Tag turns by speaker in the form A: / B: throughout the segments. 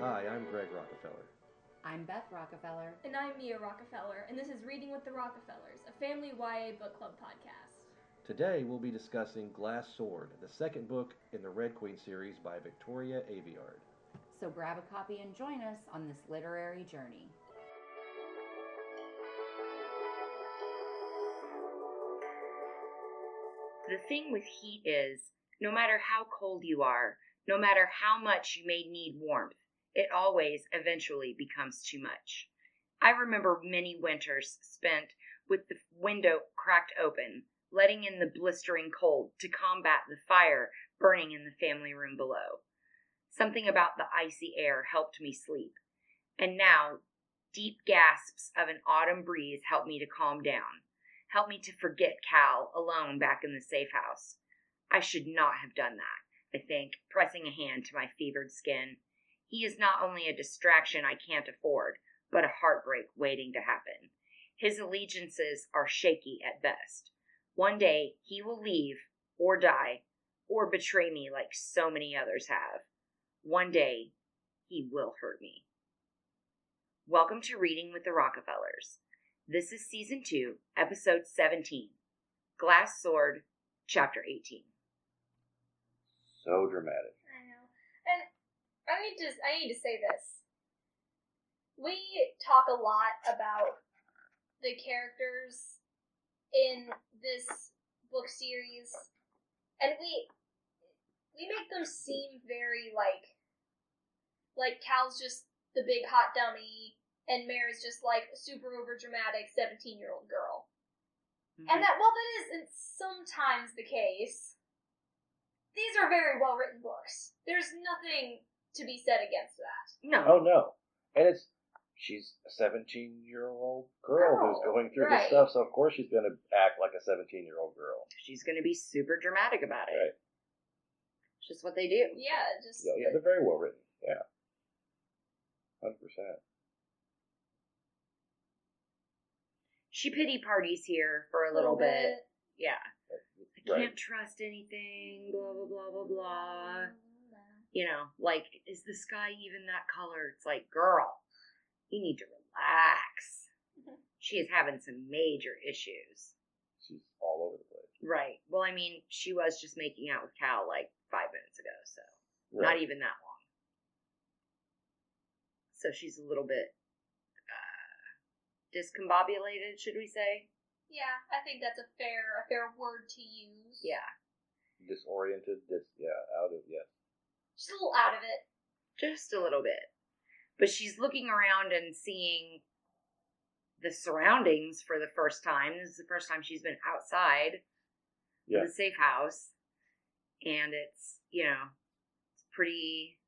A: Hi, I'm Greg Rockefeller.
B: I'm Beth Rockefeller.
C: And I'm Mia Rockefeller, and this is Reading with the Rockefellers, a family YA book club podcast.
A: Today we'll be discussing Glass Sword, the second book in the Red Queen series by Victoria Aveyard.
B: So grab a copy and join us on this literary journey.
D: The thing with heat is, no matter how cold you are, no matter how much you may need warmth, it always eventually becomes too much. I remember many winters spent with the window cracked open, letting in the blistering cold to combat the fire burning in the family room below. Something about the icy air helped me sleep, and now deep gasps of an autumn breeze help me to calm down help me to forget Cal alone back in the safe house. I should not have done that, I think, pressing a hand to my fevered skin. He is not only a distraction I can't afford, but a heartbreak waiting to happen. His allegiances are shaky at best. One day he will leave, or die, or betray me like so many others have. One day he will hurt me. Welcome to Reading with the Rockefellers. This is season 2, episode 17 Glass Sword, chapter 18.
E: So dramatic.
C: I know. And I need to I need to say this. We talk a lot about the characters in this book series and we we make them seem very like like Cal's just the big hot dummy and Mary's just like super over dramatic 17-year-old girl.
D: Mm-hmm.
C: And that while that isn't sometimes the case, these are very well written books. There's nothing to be said against that.
D: no,
E: Oh no. And it's she's a seventeen year old girl
C: Girl,
E: who's going through
C: right.
E: this stuff, so of course she's gonna act like a seventeen year old girl.
D: she's going to be super dramatic about it.
E: Right.
D: It's just what they do.
C: Yeah, just
E: So yeah, they're very well written. Yeah. Hundred percent.
D: She pity parties here for a little bit. Yeah. I
E: Right.
D: can't trust anything, blah, blah, blah, blah, blah. You know, like, is the sky even that color? It's like, girl, you need to relax. She is having some major issues.
E: She's all over the place.
D: Right. Well, I mean, she was just making out with Cal like five minutes ago, so
E: Right.
D: not even that long. So she's a little bit uh, discombobulated, should we say?
C: Yeah, I think that's a fair a fair word to use.
D: Yeah.
E: disoriented, dis yeah, out of yeah.
C: Just a little out of it.
D: just a little bit. But she's looking around and seeing the surroundings for the first time. This is the first time she's been outside
E: Yeah.
D: the safe house. And it's, you know, it's pretty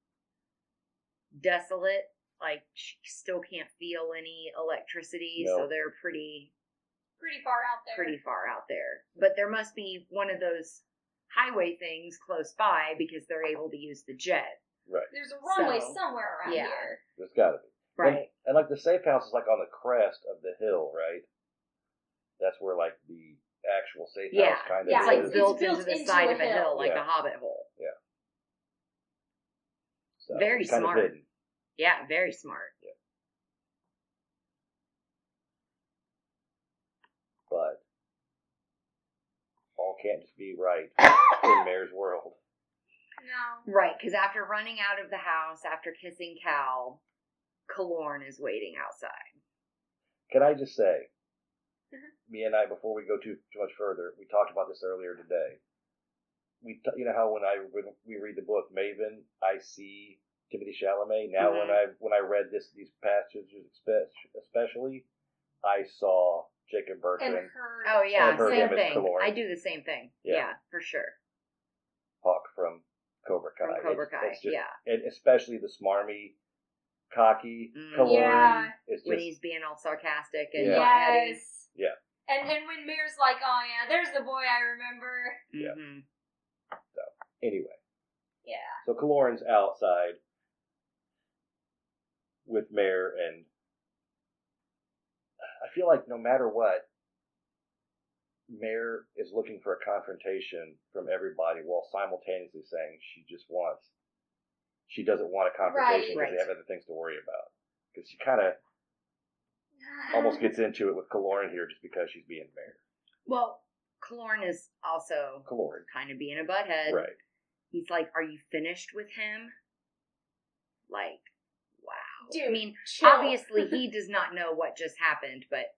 D: desolate. Like she still can't feel any electricity, so
E: No.
D: they're pretty
C: Pretty far out there.
D: pretty far out there. But there must be one of those highway things close by because they're able to use the jet.
E: Right.
C: There's a runway
D: So,
C: somewhere around
D: yeah.
C: here.
E: There's gotta be.
D: Right.
E: And like the safe house is like on the crest of the hill, right? That's where like the actual safe
D: Yeah.
E: house kind of
C: Yeah,
D: it's
E: is.
D: like
C: it's
D: built,
C: built
D: into the
C: into
D: side
C: a
D: of a hill,
C: hill.
D: like
E: Yeah.
D: a hobbit hole.
E: So
D: very
E: it's kind of
D: smart.
E: hidden.
D: Yeah, very smart.
E: but all can't just be right in Mayor's world.
C: No.
D: Right, because after running out of the house, after kissing Cal, Kalorn is waiting outside.
E: Can I just say,
C: Mhm.
D: Mm-hmm.
E: me and I, before we go too too much further, we talked about this earlier today. We, t- you know how when I when we read the book Maven, I see Timothy Chalamet. Now when
D: Mm-hmm.
E: I when I read this these passages espe- especially, I saw Jacob
C: And
E: Bertrand
C: her
D: Oh yeah,
E: And her
D: same
E: name is
D: thing.
E: Kalorn.
D: I do the same thing. Yeah,
E: Yeah.
D: for sure.
E: Hawk from Cobra Kai.
D: From Cobra
E: It's-
D: Kai.
E: it's just-
D: yeah,
E: and especially the smarmy, cocky,
D: Mm.
E: Kalorn.
C: Yeah.
E: It's
D: when
E: just-
D: he's being all sarcastic and
E: Yeah.
D: yes.
C: Yes.
E: Yeah.
C: And then when Mare's like, Oh yeah, there's the boy I remember.
E: Yeah.
D: hmm
E: anyway.
C: Yeah.
E: So Kaloran's outside with Mare, and I feel like no matter what, Mare is looking for a confrontation from everybody while simultaneously saying she just wants she doesn't want a confrontation because
D: Right.
E: they have other things to worry about. Because she kind of almost gets into it with Kaloran here just because she's being mayor.
D: Well, Kalorn is also
E: Kaloran,
D: kind of being a butthead.
E: right?
D: He's like, Are you finished with him? Like, wow. I
C: Dude,
D: mean,
C: chill.
D: obviously he does not know what just happened, but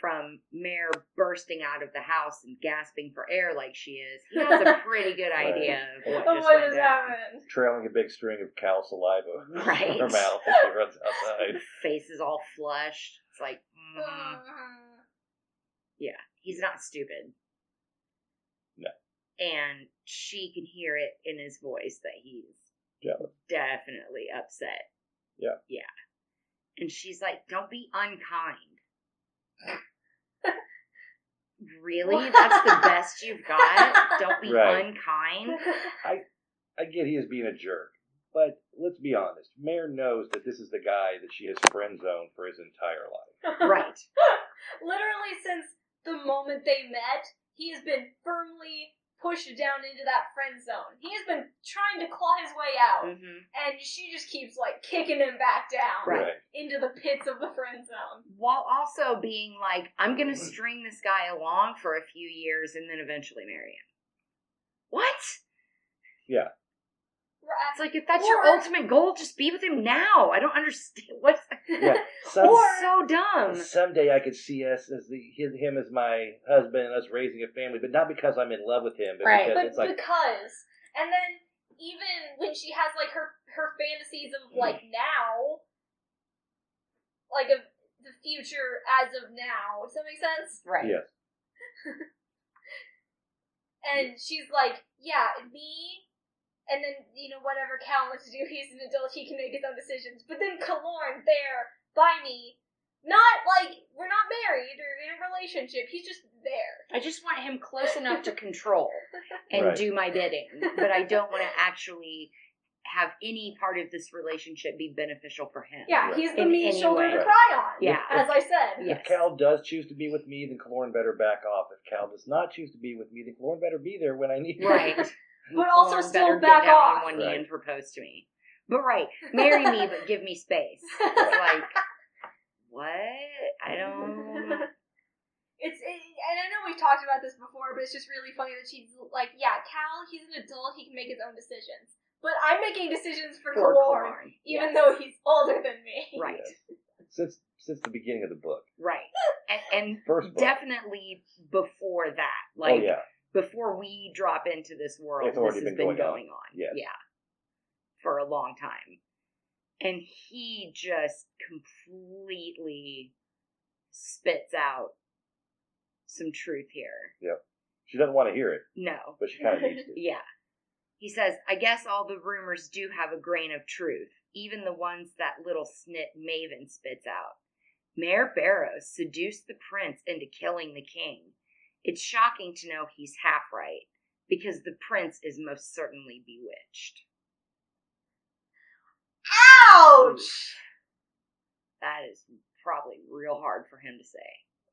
D: from Mare bursting out of the house and gasping for air like she is, he has a pretty good
E: Right.
D: idea of what
C: Oh,
D: just
C: what
D: went
C: has
D: down.
C: happened?
E: Trailing a big string of cow saliva in
D: Right.
E: her mouth as she runs outside.
D: Face is all flushed. It's like, mm,
C: Uh,
D: yeah, he's not stupid.
E: No.
D: And she can hear it in his voice that he's
E: Yeah.
D: definitely upset.
E: Yeah.
D: Yeah. And she's like, don't be unkind. really? That's the best you've got? Don't be
E: Right.
D: unkind?
E: I get he is being a jerk, but let's be honest. Mayor knows that this is the guy that she has friend zoned for his entire life.
D: Right.
C: Literally since the moment they met, he has been firmly pushed down into that friend zone. He has been trying to claw his way out,
D: hmm
C: and she just keeps like kicking him back down
D: Right.
C: into the pits of the friend zone.
D: While also being like, I'm going to
E: Mm-hmm.
D: string this guy along for a few years and then eventually marry him. What? It's
C: Right.
D: like if that's
C: Or-
D: your ultimate goal, just be with him now. I don't understand what's
E: Yeah. Some,
D: or, so dumb.
E: someday I could see us as the his, him as my husband and us raising a family, but not because I'm in love with him, but
D: Right.
E: because
C: But
E: it's like
C: because, and then even when she has like her her fantasies
D: Mm.
C: of like now, like of the future as of now. Does that make sense?
D: Right.
E: yes,
C: And she's like, yeah, me. And then, you know, whatever Cal wants to do, he's an adult, he can make his own decisions. But then Kalorn there by me, not like we're not married or in a relationship, he's just there.
D: I just want him close enough to control and
E: Right.
D: do my bidding, but I don't want to actually have any part of this relationship be beneficial for him.
C: Yeah,
E: Right.
C: he's the
D: In
C: mean
D: any
C: shoulder
D: way.
C: to cry on.
D: Yeah.
C: As I said.
D: Yes.
E: If Cal does choose to be with me, then Kaloran better back off. If Cal does not choose to be with me, then Kaloran better be there when I need him.
D: Right.
C: But also
D: Or
C: still
D: better get
C: back
D: down
C: off.
D: on one knee
E: Right.
D: and propose to me. But right, marry me, but give me space. It's like what? I don't.
C: It's it, and I know we've talked about this before, but it's just really funny that she's like, yeah, Cal, he's an adult, he can make his own decisions. But I'm making decisions for
D: Poor
C: Kalorn,
D: Kalorn.
C: even
D: Yes.
C: though he's older than me.
D: right,
E: Since since the beginning of the book,
D: right, and, and
E: first book.
D: definitely before that like
E: oh yeah,
D: before we drop into this world
E: It's already
D: this has
E: been
D: been
E: going on.
D: going on,
E: Yes.
D: yeah for a long time and he just completely spits out some truth here
E: she doesn't want to hear it,
D: no
E: but she kind of needs to.
D: yeah he says i guess all the rumors do have a grain of truth even the ones that little snit maven spits out Mayor Barrow seduced the prince into killing the king. It's shocking to know he's half right, because the prince is most certainly bewitched.
C: Ouch!
D: That is probably real hard for him to say.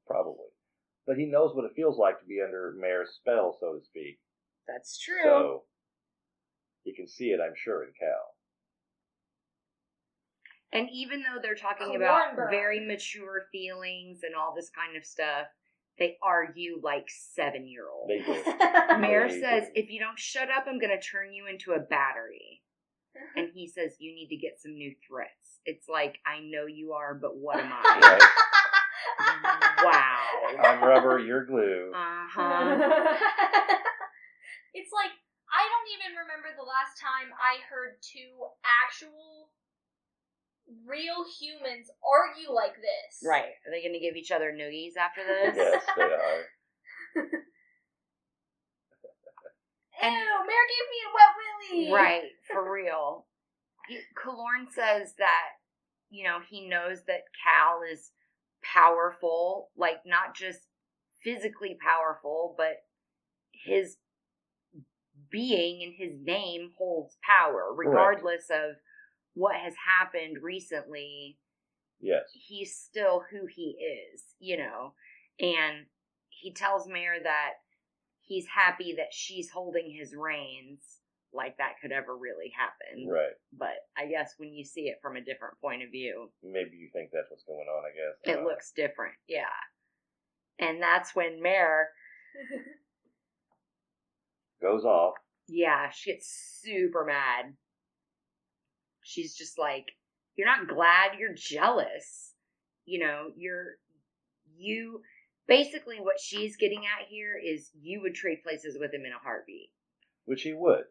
E: probably. But he knows what it feels like to be under Mayor's spell, so to speak.
D: That's true.
E: So he can see it, I'm sure, in Cal.
D: and even though they're talking
C: Cornbread.
D: about very mature feelings and all this kind of stuff, they argue like seven year olds.
E: They do.
D: Mayor
E: They
D: says,
E: do.
D: if you don't shut up, I'm going to turn you into a battery. And he says, you need to get some new threats. It's like, I know you are, but what am I?
E: Right?
D: wow.
E: I'm rubber, you're glue.
D: Uh huh.
C: it's like I don't even remember the last time I heard two actual real humans argue like this.
D: Right. Are they going to give each other noogies after this?
E: Yes, they are.
C: Ew,
D: And-
C: Mayor gave me a wet willy.
D: Right. For real. Kalorn says that, you know, he knows that Cal is powerful, like not just physically powerful, but his being and his name holds power, regardless of what has happened recently.
E: Yes.
D: he's still who he is, you know. And he tells Mare that he's happy that she's holding his reins like that could ever really happen.
E: Right.
D: But I guess when you see it from a different point of view,
E: Maybe you think that's what's going on. I guess I
D: it
E: don't know.
D: looks different. Yeah. And that's when Mare,
E: Uh, goes off.
D: yeah, she gets super mad. She's just like, You're not glad, you're jealous. You know, you're, you, basically what she's getting at here is you would trade places with him in a heartbeat.
E: Which he would.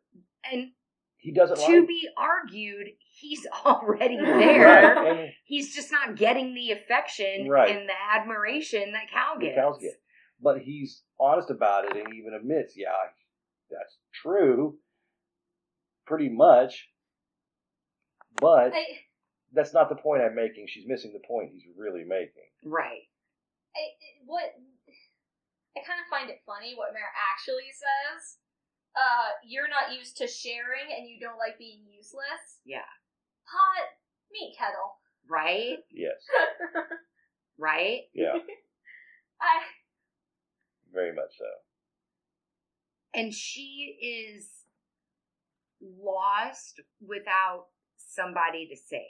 D: And
E: He doesn't
D: to
E: like
D: be argued, he's already there.
E: Right, and
D: He's just not getting the affection
E: Right.
D: and the admiration that Cal
E: the
D: gets.
E: cows get. But he's honest about it and even admits, yeah, that's true, pretty much. But
C: I,
E: that's not the point I'm making. She's missing the point he's really making.
D: Right.
C: I, what I kind of find it funny what Mare actually says. Uh, you're not used to sharing, and you don't like being useless.
D: Yeah.
C: Pot meat kettle.
D: Right?
E: Yes,
D: Right?
E: yeah,
C: I
E: very much so.
D: And she is lost without somebody to save,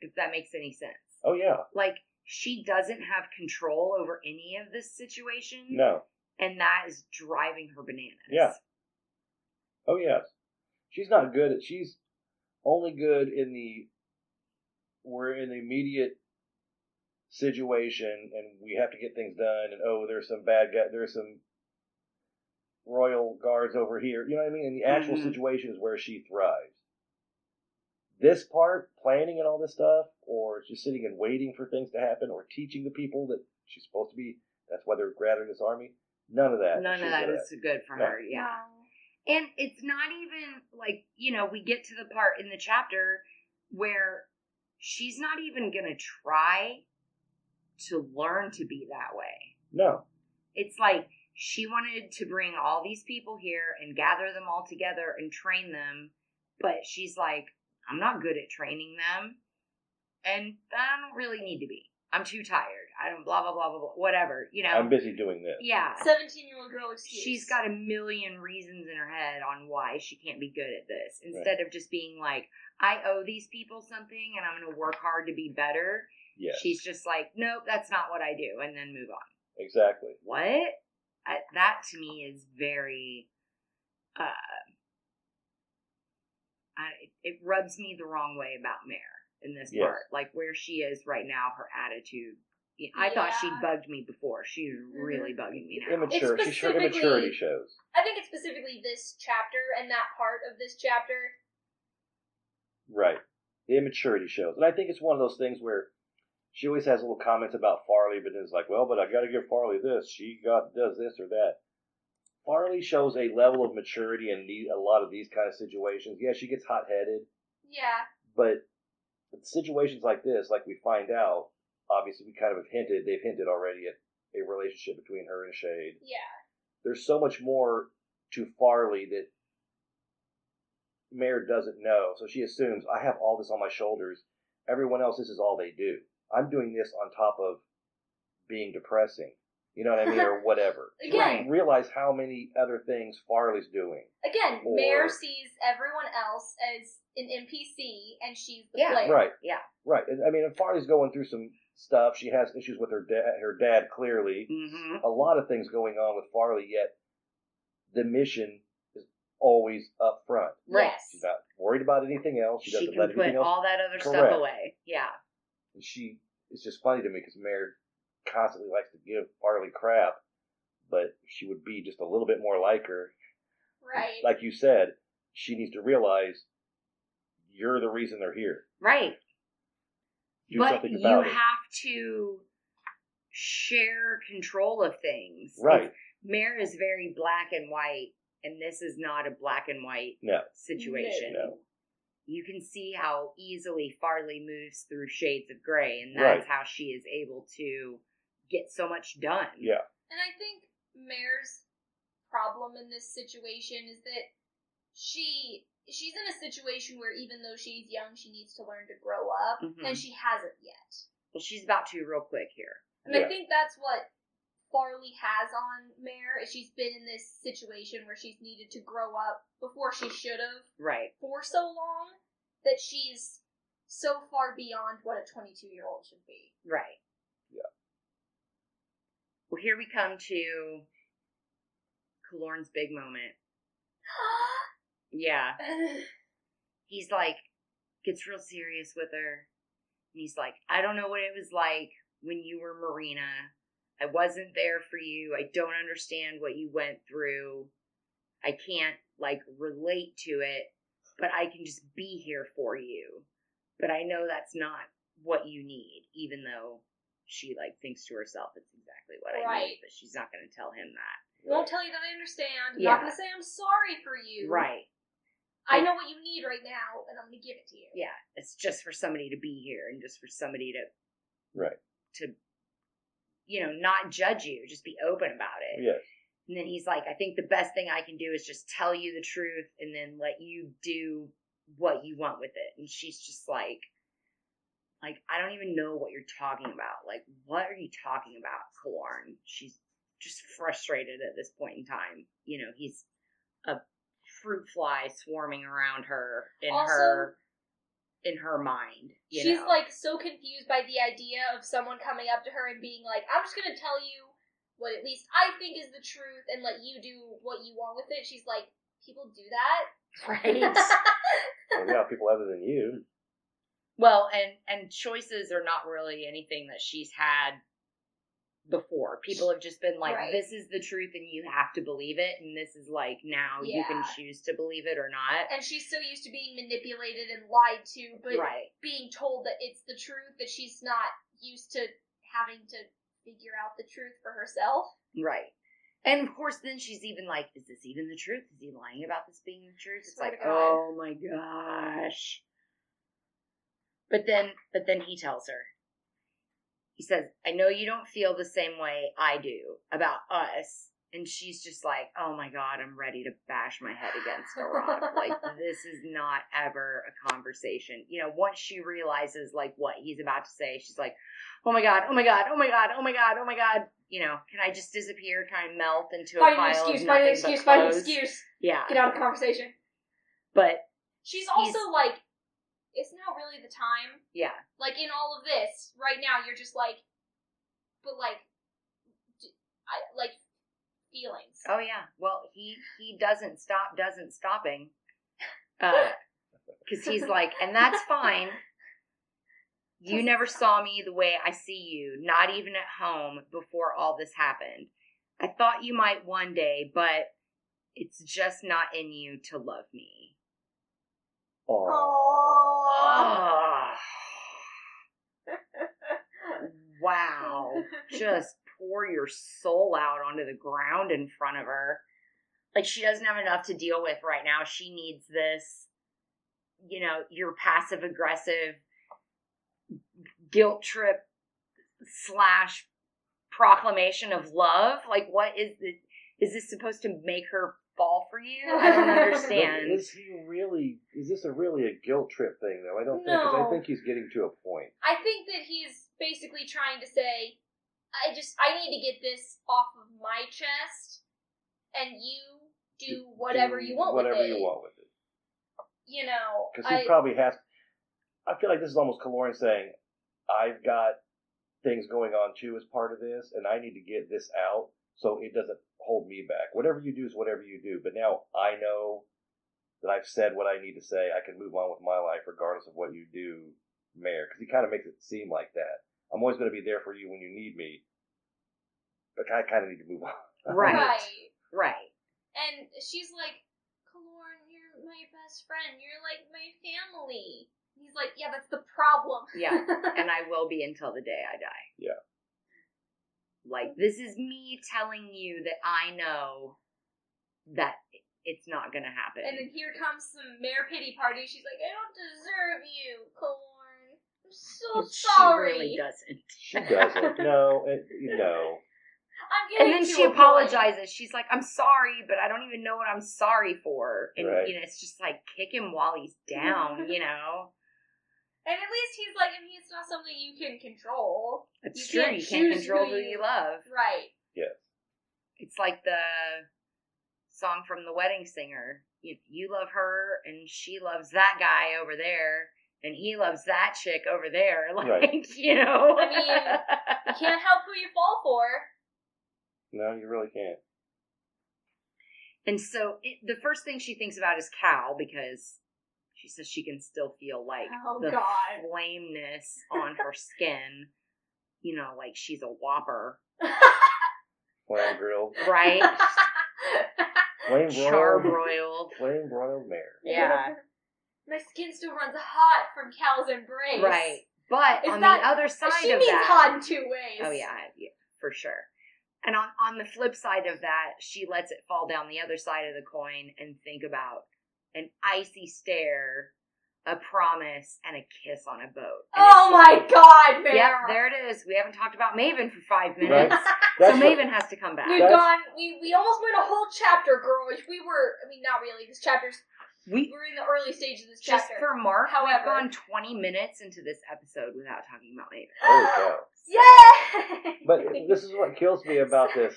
D: if that makes any sense.
E: Oh yeah,
D: Like, she doesn't have control over any of this situation.
E: no,
D: And that is driving her bananas.
E: Yeah. oh yes. She's not good at. She's only good in the we're in the immediate situation and we have to get things done and oh there's some bad guy there's some royal guards over here you know what i mean and the actual
D: Mhm.
E: situation is where she thrives this part planning and all this stuff or just sitting and waiting for things to happen or teaching the people that she's supposed to be that's why they're grabbing this army none of that
D: None
E: she's
D: of that
E: good
D: is good for
E: No.
D: her. Yeah. And it's not even like, you know, we get to the part in the chapter where she's not even going to try to learn to be that way.
E: at. no
D: It's like she wanted to bring all these people here and gather them all together and train them, but she's like, I'm not good at training them. And I don't really need to be. I'm too tired. I don't blah blah blah blah blah whatever, you know.
E: i'm busy doing this
D: yeah.
C: Seventeen-year-old girl excuse.
D: She's got a million reasons in her head on why she can't be good at this instead of just being like, I owe these people something and I'm going to work hard to be better.
E: yes
D: She's just like, nope, that's not what I do, and then move on.
E: exactly
D: What? I, that to me is very, uh, I, it rubs me the wrong way about Mare in this
E: Yes.
D: part. Like where she is right now, her attitude. I thought she
C: Yeah.
D: bugged me before. She's really bugging me now.
E: immature she's her
C: specifically-
E: immaturity shows
C: I think it's specifically this chapter and that part of this chapter.
E: Right. The immaturity shows. And I think it's one of those things where she always has little comments about Farley, but then it's like, well, but I gotta give Farley this. She got does this or that. Farley shows a level of maturity in the, a lot of these kind of situations. Yeah, she gets hot headed,
C: Yeah.
E: but situations like this, like we find out, obviously we kind of have hinted, they've hinted already at a relationship between her and Shade
C: Yeah.
E: there's so much more to Farley that Mare doesn't know. So she assumes I have all this on my shoulders. Everyone else, this is all they do. I'm doing this on top of being depressing. You know what I mean, or whatever. She doesn't
D: Right.
E: realize how many other things Farley's doing.
C: Again,
E: Or-
C: Mare sees everyone else as an NPC, and she's the
D: Yeah.
C: player.
E: Right.
D: Yeah.
E: Right. And, I mean, and Farley's going through some stuff. She has issues with her dad. Her dad clearly.
D: hmm
E: a lot of things going on with Farley. Yet the mission is always up front.
C: Yes.
E: She's not worried about anything else. She
D: she
E: doesn't
D: can
E: let
D: put
E: anything else.
D: all that other
E: Correct.
D: stuff away. Yeah.
E: and she it's just funny to me because Mare constantly likes to give Farley crap, but if she would be just a little bit more like her.
C: Right.
E: Like you said, she needs to realize you're the reason they're here.
D: Right.
E: Do
D: but
E: something
D: you
E: about it.
D: have to share control of things.
E: Right.
D: It's- Mare is very black and white, and this is not a black and white
E: No.
D: situation.
E: No.
D: You can see how easily Farley moves through shades of gray, and
E: Right.
D: that's how she is able to get so much done.
E: Yeah.
C: And I think Mare's problem in this situation is that she she's in a situation where even though she's young, she needs to learn to grow up,
D: Mhm.
C: and she hasn't yet.
D: Well, she's about to real quick here.
C: And
E: Yeah.
C: I think that's what Barley has on Mare is she's been in this situation where she's needed to grow up before she should have
D: Right.
C: for so long that she's so far beyond what a 22 year old should be.
D: Right.
E: Yeah.
D: Well, here we come to Kalorn's big moment. Yeah. He's like, gets real serious with her. And he's like, I don't know what it was like when you were Marina. I wasn't there for you. I don't understand what you went through. I can't like relate to it, but I can just be here for you. But I know that's not what you need, even though she like thinks to herself it's exactly what I need,
C: Right.
D: but she's not gonna tell him that.
C: Won't tell you that I understand.
D: Yeah.
C: Not gonna say I'm sorry for you.
D: Right.
C: I know what you need right now, and I'm gonna give it to you.
D: Yeah. It's just for somebody to be here and just for somebody to
E: Right.
D: to you know, not judge you, just be open about it.
E: Yeah.
D: And then he's like, I think the best thing I can do is just tell you the truth and then let you do what you want with it. And she's just like, like, I don't even know what you're talking about. Like, what are you talking about, Kalorn? She's just frustrated at this point in time. You know, he's a fruit fly swarming around her in
C: Also-
D: her in her mind. You
C: she's
D: know?
C: like so confused by the idea of someone coming up to her and being like, I'm just gonna tell you what at least I think is the truth and let you do what you want with it. She's like, People do that?
D: right.
E: Well, yeah, people other than you.
D: Well, and and choices are not really anything that she's had before. People have just been like,
C: Right.
D: "This is the truth, and you have to believe it," and this is like now you can
C: Yeah.
D: choose to believe it or not.
C: and she's so used to being manipulated and lied to, but
D: right,
C: being told that it's the truth that she's not used to having to figure out the truth for herself.
D: right. And of course, then she's even like, "Is this even the truth? Is he lying about this being the truth?" It's
C: Swear
D: like,
C: to God.
D: "Oh my gosh!" But then, but then he tells her. He says, "I know you don't feel the same way I do about us." And she's just like, "Oh my god, I'm ready to bash my head against a rock. Like this is not ever a conversation." You know, once she realizes like what he's about to say, she's like, "Oh my god, oh my god, oh my god, oh my god, oh my god." You know, can I just disappear? Can I melt into a
C: Find an
D: pile
C: excuse,
D: of
C: find an
D: nothing but
C: excuse, find an
D: clothes?
C: excuse.
D: Yeah,
C: Get out of the conversation.
D: but
C: She's also like, it's not really the time.
D: yeah,
C: Like, in all of this, right now, you're just like, but like, d- I, like, feelings.
D: Oh yeah. Well, he he doesn't stop doesn't stopping. Uh cuz he's like, and that's fine. You never saw me the way I see you, not even at home before all this happened. I thought you might one day, but it's just not in you to love me.
E: Oh,
C: Aww.
D: Ah. wow. Just pour your soul out onto the ground in front of her. Like she doesn't have enough to deal with right now. She needs this. You know, your passive aggressive guilt trip slash proclamation of love. Like what is this? Is this supposed to make her fall for you? I don't understand.
E: is he really? Is this a really a guilt trip thing though? I don't think. 'cause I
C: No.
E: think he's getting to a point.
C: I think that he's basically trying to say, I just I need to get this off of my chest, and you do whatever you want.
E: Whatever
C: with it.
E: you want with it.
C: You know,
E: Because he
C: I,
E: probably has. I feel like this is almost Kaloran saying, "I've got things going on too as part of this, and I need to get this out so it doesn't hold me back. Whatever you do is whatever you do, but now I know that I've said what I need to say. I can move on with my life regardless of what you do, Mayor. Because he kind of makes it seem like that. I'm always going to be there for you when you need me, but I kind of need to move on.
D: Right.
C: right.
D: right.
C: And she's like, Kalorn, you're my best friend. You're like my family. He's like, yeah, that's the problem.
D: Yeah. and I will be until the day I die.
E: Yeah.
D: Like this is me telling you that I know that it's not going to happen.
C: and then here comes some mayor pity party. She's like, I don't deserve you, Kalorn. I'm so
D: she
C: sorry.
D: really doesn't.
E: She doesn't. No, it, no.
C: I'm
D: And
C: getting
D: then
C: to
D: she
C: a point.
D: apologizes. She's like, "I'm sorry, but I don't even know what I'm sorry for." And
E: Right.
D: you know, it's just like kick him while he's down. You know,
C: And at least he's like, I mean, it's not something you can control.
D: it's
C: You
D: true.
C: can't
D: You can't
C: choose
D: control
C: who
D: who
C: you-
D: you love.
C: Right.
E: Yes.
D: It's like the song from The Wedding Singer. You, you love her, and she loves that guy over there, and he loves that chick over there. Like,
E: Right.
D: you know.
C: I mean, You can't help who you fall for.
E: No, you really can't.
D: And so it, the first thing she thinks about is Cal because she says she can still feel like
C: Oh,
D: the
C: God.
D: flameness on her skin. You know, like she's a whopper,
E: Flame grilled,
D: right?
E: flame broiled,
D: Charbroiled.
E: flame broiled mare.
D: Yeah.
C: My skin still runs hot from Cal's embrace.
D: Right. But
C: Is
D: on
C: that-
D: the other side
C: She
D: of
C: means
D: that,
C: hot in two ways.
D: Oh yeah, I- yeah, for sure. And on on the flip side of that, she lets it fall down the other side of the coin and think about an icy stare, a promise, and a kiss on a boat. And
C: Oh
D: it's
C: my
D: like,
C: God, man.
D: Yep, there it is. We haven't talked about Maven for five minutes, so
E: That's what-
D: Maven has to come back.
C: We've
E: That's-
C: gone. We, we almost went a whole chapter, girl. Which we were. I mean, not really. This chapter's.
D: We
C: We're in the early stages of this
D: just
C: chapter.
D: for Mark,
C: However-
D: we've gone twenty minutes into this episode without talking about Maven.
E: Holy cow.
C: Ah! Yay!
E: Oh, But this is what kills me about this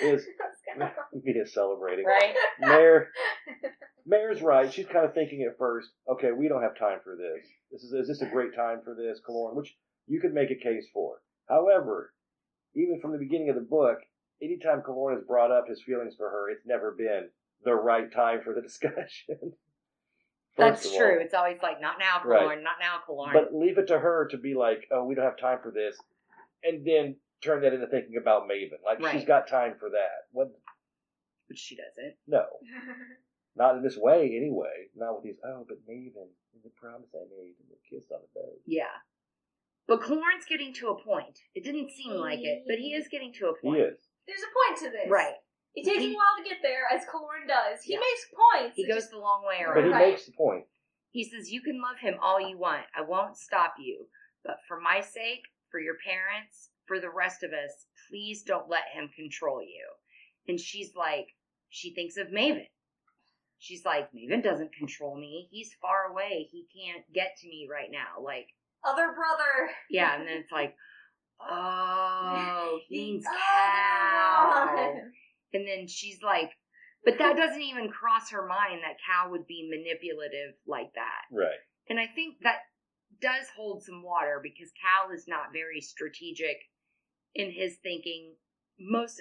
E: is
C: Let's go.
E: me is celebrating.
D: Right?
E: Mayor, Mayor's right. She's kind of thinking at first, okay, we don't have time for this. This is is this a great time for this, Kalorn? Which you could make a case for. However, even from the beginning of the book, anytime Kalorn has brought up his feelings for her, it's never been the right time for the discussion. First
D: That's
E: of all.
D: true. It's always like not now,
E: Right.
D: Kalorn, not now, Kalorn.
E: But leave it to her to be like, oh, we don't have time for this, and then turn that into thinking about Maven. Like she's
D: Right.
E: got time for that. What?
D: but she doesn't.
E: No, not in this way anyway. Not with these. Oh, but Maven, and the promise I made, and the kiss on the boat.
D: Yeah. But Clorin's getting to a point. It didn't seem like it, but he is getting to a
E: He
D: point.
E: is.
C: There's a point to this.
D: Right.
C: It takes him a
D: He-
C: while to get there, as Kalorn does. He
D: Yeah.
C: makes points.
D: He
C: It
D: goes
C: just-
D: the long way
E: But he
D: around.
C: Right.
E: makes the point.
D: He says, You can love him all you want. I won't stop you. But for my sake, for your parents, for the rest of us, please don't let him control you. And she's like, She thinks of Maven. She's like, Maven doesn't control me. He's far away. He can't get to me right now. Like,
C: other brother.
D: yeah. And then it's like, Oh, he
C: The
D: means
C: other
D: Cal.
C: one.
D: And then she's like, but that doesn't even cross her mind that Cal would be manipulative like that.
E: Right.
D: And I think that does hold some water because Cal is not very strategic in his thinking, most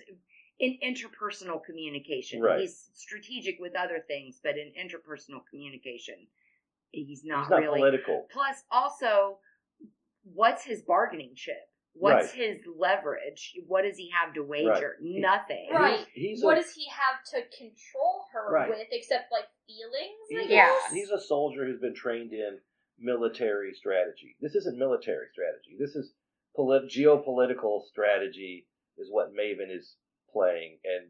D: in interpersonal communication.
E: Right.
D: He's strategic with other things, but in interpersonal communication, he's not,
E: He's not
D: really.
E: political.
D: Plus, also, what's his bargaining chip? What's
E: Right.
D: his leverage? What does he have to wager? Nothing.
C: Right.
E: He's
C: what
E: a,
C: does he have to control her
E: Right.
C: with except like feelings? I
E: he's,
D: Yeah.
E: a, he's a soldier who's been trained in military strategy. This isn't military strategy. This is polit- geopolitical strategy is what Maven is playing, and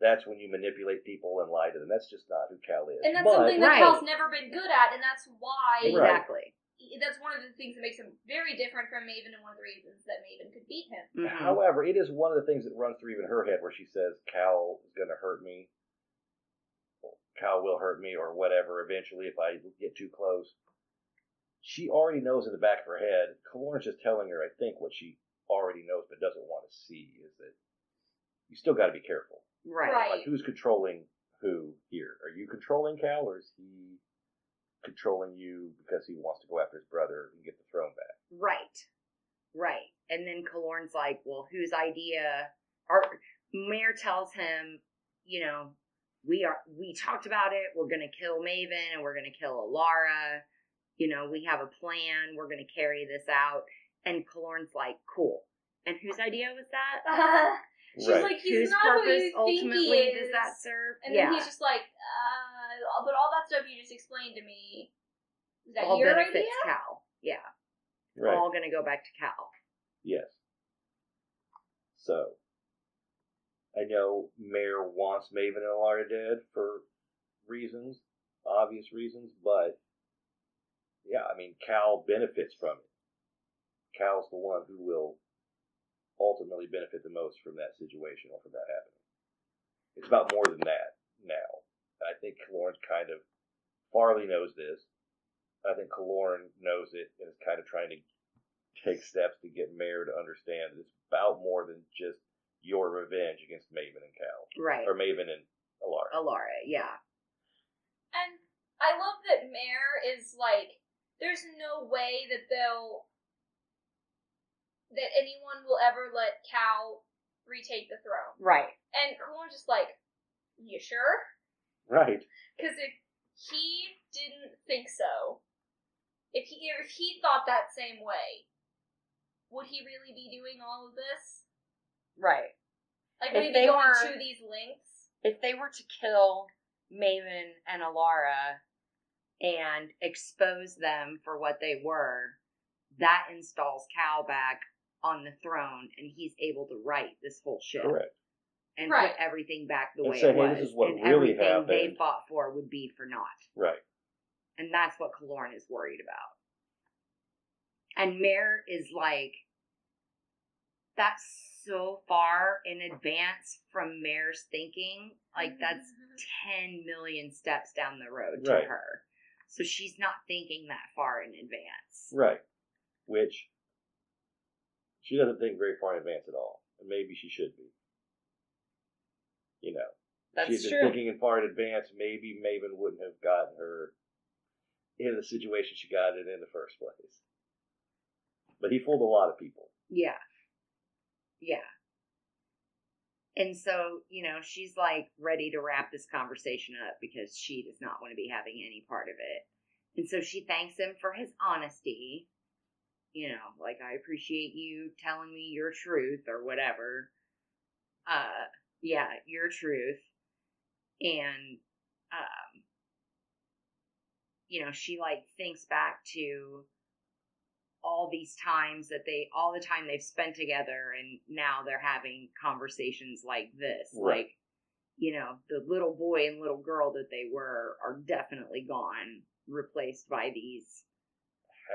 E: that's when you manipulate people and lie to them. That's just not who Cal is.
C: And that's
E: But-
C: something that
D: Right.
C: Cal's never been good at, and that's why
D: Exactly.
C: that's one of the things that makes him very different from Maven, and one of the reasons that Maven could beat him.
D: Mhm.
E: However, it is one of the things that runs through even her head where she says, Cal is going to hurt me. Cal will hurt me or whatever eventually if I get too close. She already knows in the back of her head, Kalorn's just telling her, I think, what she already knows but doesn't want to see is that you still got to be careful.
D: Right.
C: Right.
E: Like, who's controlling who here? Are you controlling Cal or is he controlling you because he wants to go after his brother and get the throne back?
D: Right. Right. And then Kalorn's like, well, whose idea? Our mayor tells him, you know, we are we talked about it. We're gonna kill Maven and we're gonna kill Alara. You know, we have a plan. We're gonna carry this out. And Kalorn's like, cool. And whose idea was that?
C: she's like, he's
D: whose
C: not who
D: purpose
C: you think he
D: ultimately
C: is.
D: does that serve?
C: and
D: yeah.
C: then he's just like, uh, but all that stuff you just explained to me, is that
D: all
C: your
D: benefits
C: idea?
D: Cal. Yeah.
E: right.
D: All gonna go back to Cal.
E: Yes. So, I know Mayor wants Maven and Alara dead for reasons, obvious reasons, but yeah, I mean, Cal benefits from it. Cal's the one who will ultimately benefit the most from that situation or from that happening. It's about more than that now. And I think Kalorn kind of, Farley knows this. I think Kalorn knows it and is kind of trying to take steps to get Mayor to understand that it's about more than just your revenge against Maven and Cal,
D: Right.
E: or Maven and Alara.
D: Alara, yeah.
C: And I love that Mare is like, there's no way that they'll that anyone will ever let Cal retake the throne.
D: Right.
C: And Kumon's just like, you sure?
E: Right.
C: Because if he didn't think so, if he if he thought that same way, would he really be doing all of this?
D: Right.
C: Like,
D: If
C: would he
D: they
C: be going
D: were-
C: to these links?
D: If they were to kill Maven and Alara and expose them for what they were, that installs Cal back on the throne and he's able to right this whole ship
E: Correct.
D: and
C: Right.
D: put everything back the
E: And
D: way
E: say,
D: it
E: "Hey,
D: was.
E: this is what
D: and
E: really
D: everything they
E: happened."
D: fought for would be for naught.
E: Right.
D: And that's what Kalorn is worried about. And Mare is like, that's so far in advance from Mare's thinking. Like,
C: Mm-hmm.
D: that's 10 million steps down the road to
E: Right.
D: her. So she's not thinking that far in advance.
E: Right. Which she doesn't think very far in advance at all. And maybe she should be. You know.
D: That's
E: she's
D: true.
E: thinking in far in advance, maybe Maven wouldn't have gotten her in the situation she got in in the first place. But he fooled a lot of people.
D: Yeah. Yeah. And so, you know, she's like ready to wrap this conversation up because she does not want to be having any part of it. And so she thanks him for his honesty. You know, like I appreciate you telling me your truth or whatever. Uh yeah, your truth. And um you know, she like thinks back to all these times that they all the time they've spent together and now they're having conversations like this
E: Right.
D: like you know the little boy and little girl that they were are definitely gone replaced by these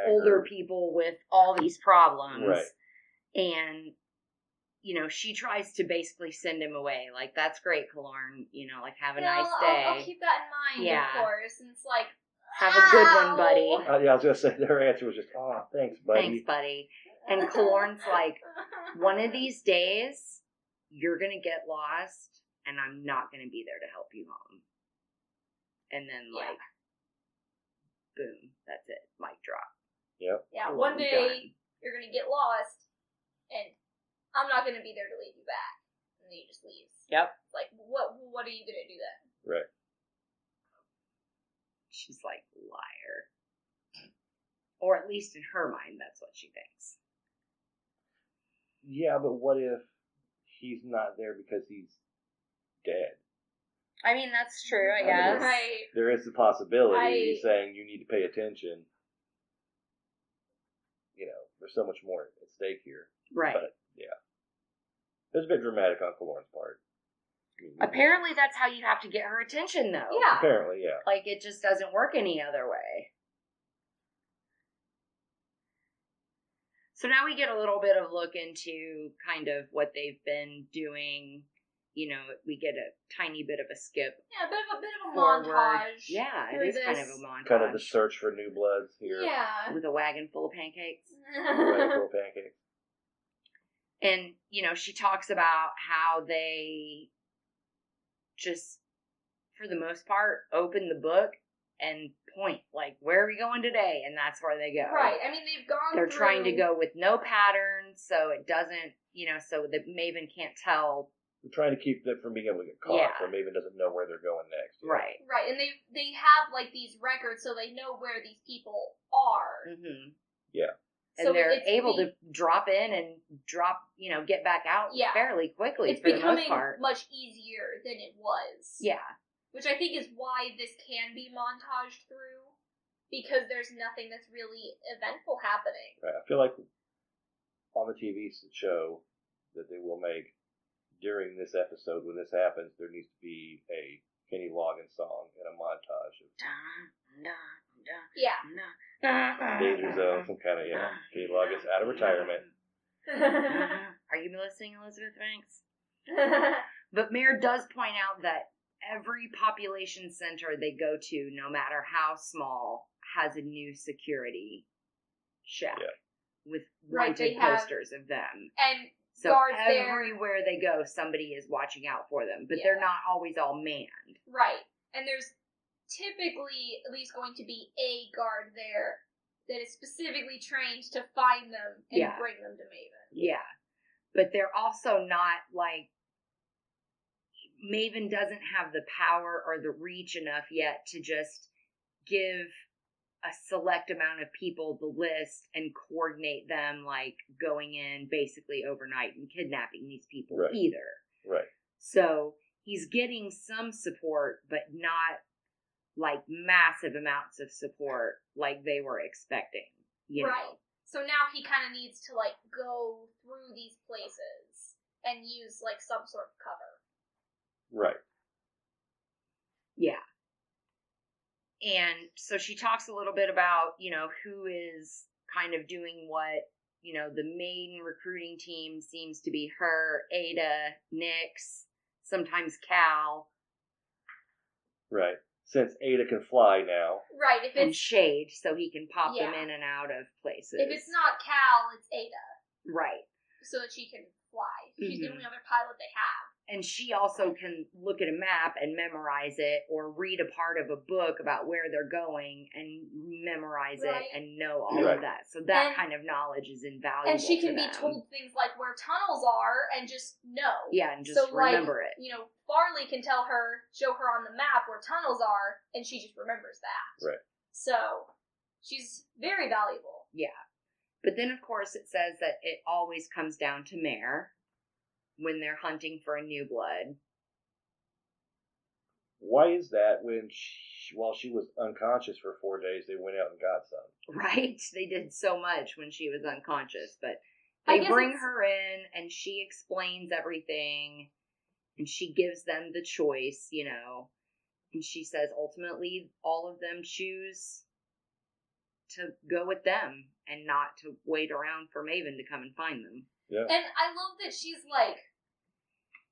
D: older
E: Haggard.
D: people with all these problems
E: Right.
D: and you know she tries to basically send him away like that's great Kalarn you know like have a
C: No,
D: nice
C: I'll-
D: day
C: I'll, keep that in mind,
D: Yeah.
C: of course. And it's like,
D: have a good
C: Ow.
D: one buddy
E: Uh, yeah, I was gonna say her answer was just, "Oh, thanks, buddy."
D: thanks buddy And Kalorn's like, one of these days you're gonna get lost and i'm not gonna be there to help you home and then
C: Yeah.
D: like boom that's it mic drop
E: Yep.
C: Yeah, one
D: Done.
C: day you're gonna get lost, and I'm not gonna be there to lead you back. And then he just leaves.
D: yep
C: Like, what? What are you gonna do then?
D: she's like liar or at least in her mind that's what she thinks
E: Yeah, but what if he's not there because he's dead?
D: i mean that's true
E: I guess. Yes.
C: Right.
E: There is the possibility
C: I-
E: he's saying you need to pay attention. You know, there's so much more at stake here.
D: right
E: But yeah, it was a bit dramatic on Kalorn's part. I mean,
D: apparently that's how you have to get her attention though
C: Yeah.
E: apparently, yeah.
D: like it just doesn't work any other way so now we get a little bit of look into kind of what they've been doing you know we get a tiny bit of a skip
C: Yeah, a bit of a bit of a
D: forward
C: montage.
D: yeah
C: through
D: it is kind of
C: this.
D: a montage
E: Kind of the search for new bloods here.
C: Yeah.
D: with a wagon full of pancakes
E: Right, full of pancakes.
D: and you know she talks about how they just for the most part open the book and point like where are we going today and that's where they go
C: right. I mean, they've gone.
D: they're trying to
C: through-
D: go with no pattern so it doesn't you know so that maven can't tell
E: We're trying to keep them from being able to get caught,
D: Yeah.
E: so Maven doesn't know where they're going next. yeah.
D: right
C: Right, and they they have like these records, so they know where these people are.
D: hmm and
C: So
D: they're
C: it's
D: able to
C: be-
D: drop in and drop you know get back out
C: Yeah.
D: fairly quickly
C: It's
D: for the most
C: becoming
D: part
C: much easier than it was.
D: yeah
C: which I think is why this can be montaged through because there's nothing that's really eventful happening.
E: Right. I feel like on the TV show that they will make during this episode, when this happens, there needs to be a Kenny Loggins song and a montage of
C: Yeah.
E: Danger Zone, some kind of, you know, Kenny Loggins out of retirement.
C: Uh-huh.
D: are you listening elizabeth banks But Mayor does point out that every population center they go to, no matter how small, has a new security shack
E: Yeah.
D: with
C: Right,
D: wanted
C: they have-
D: posters of them.
C: and
D: So
C: Guards there.
D: everywhere they go, somebody is watching out for them, but
C: Yeah.
D: they're not always all manned.
C: Right. And there's typically at least going to be a guard there that is specifically trained to find them and
D: Yeah.
C: bring them to Maven.
D: Yeah. But they're also not like Maven doesn't have the power or the reach enough yet to just give a select amount of people the list and coordinate them like going in basically overnight and kidnapping these people
E: Right.
D: either.
E: Right.
D: So he's getting some support, but not like massive amounts of support like they were expecting. You
C: Right.
D: Know?
C: So now he kind of needs to like go through these places and use like some sort of cover.
E: Right.
D: Yeah. And so she talks a little bit about, you know, who is kind of doing what. You know, the main recruiting team seems to be her, Ada, Nix, sometimes Cal,
E: Right. Since Ada can fly now,
C: Right. If
D: and
C: it's
D: Shade, so he can pop them
C: Yeah.
D: in and out of places.
C: if it's not Cal, it's Ada,
D: right.
C: so that she can fly. She's
D: Mhm.
C: the only other pilot they have.
D: and she also can look at a map and memorize it or read a part of a book about where they're going and memorize
C: Right.
D: it and know all
E: Right.
D: of that so that
C: And-
D: kind of knowledge is invaluable
C: and she
D: to
C: can be
D: them.
C: told things like where tunnels are and just know.
D: yeah and just
C: so
D: remember
C: like,
D: it
C: You know, Farley can tell her, show her on the map where tunnels are, and she just remembers that.
E: Right.
C: So she's very valuable.
D: but then of course it says that it always comes down to mare when they're hunting for a new blood
E: why is that when she, while she was unconscious for four days, they went out and got some?
D: right they did so much when she was unconscious but
C: I
D: they
C: guess
D: bring
C: it's-
D: her in and she explains everything and she gives them the choice you know and she says ultimately all of them choose to go with them and not to wait around for maven to come and find them
E: Yeah.
C: And I love that she's like,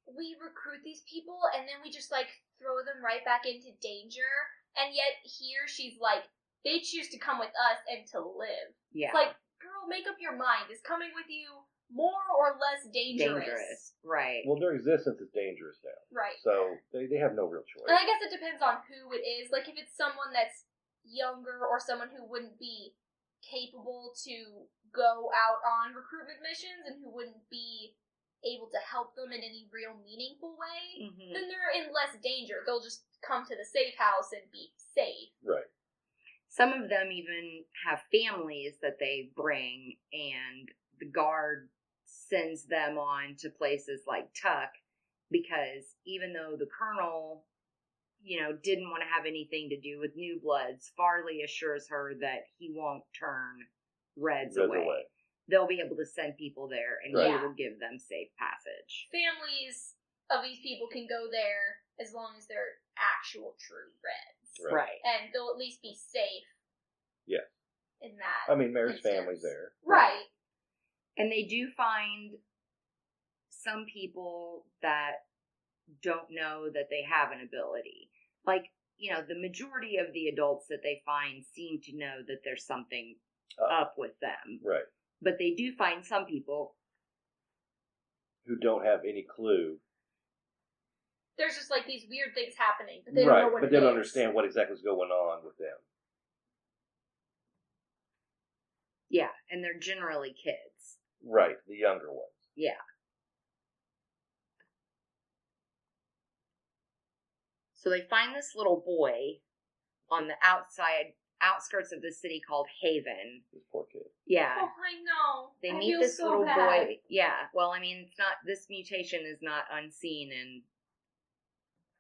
C: we recruit these people and then we just like throw them right back into danger. And yet here she's like, they choose to come with us and to live.
D: yeah
C: It's like, girl, make up your mind. Is coming with you more or less dangerous?
D: dangerous right
E: Well, their existence is dangerous now.
C: Right.
E: So they, they have no real
C: And
E: choice.
C: I guess it depends on who it is. Like if it's someone that's younger or someone who wouldn't be capable to go out on recruitment missions and who wouldn't be able to help them in any real meaningful way,
D: Mhm.
C: then they're in less danger. They'll just come to the safe house and be safe.
E: Right.
D: some of them even have families that they bring and the guard sends them on to places like tuck because even though the colonel you know didn't want to have anything to do with new bloods farley assures her that he won't turn reds,
E: Reds
D: away.
E: away.
D: they'll be able to send people there and he
C: Right.
D: will give them safe passage
C: Families of these people can go there as long as they're actual true reds.
E: Right.
C: And they'll at least be safe.
E: Yeah.
C: In that.
E: I mean, Mary's
C: Instance.
E: family's there.
C: right.
D: And they do find some people that don't know that they have an ability. Like, you know, the majority of the adults that they find seem to know that there's something
E: Up.
D: up with them.
E: Right.
D: But they do find some people,
E: Who don't have any clue.
C: there's just like these weird things happening, but they
E: right.
C: don't know what
E: but
C: it
E: they don't
C: is.
E: understand what exactly is going on with them.
D: yeah, and they're generally kids.
E: Right. The younger ones.
D: So they find this little boy on the outside outskirts of the city called Haven.
E: This poor kid.
D: Yeah.
C: Oh, I know.
D: They
C: I
D: meet
C: feel
D: this
C: so
D: little
C: bad.
D: boy. Yeah. Well, I mean, it's not this mutation is not unseen in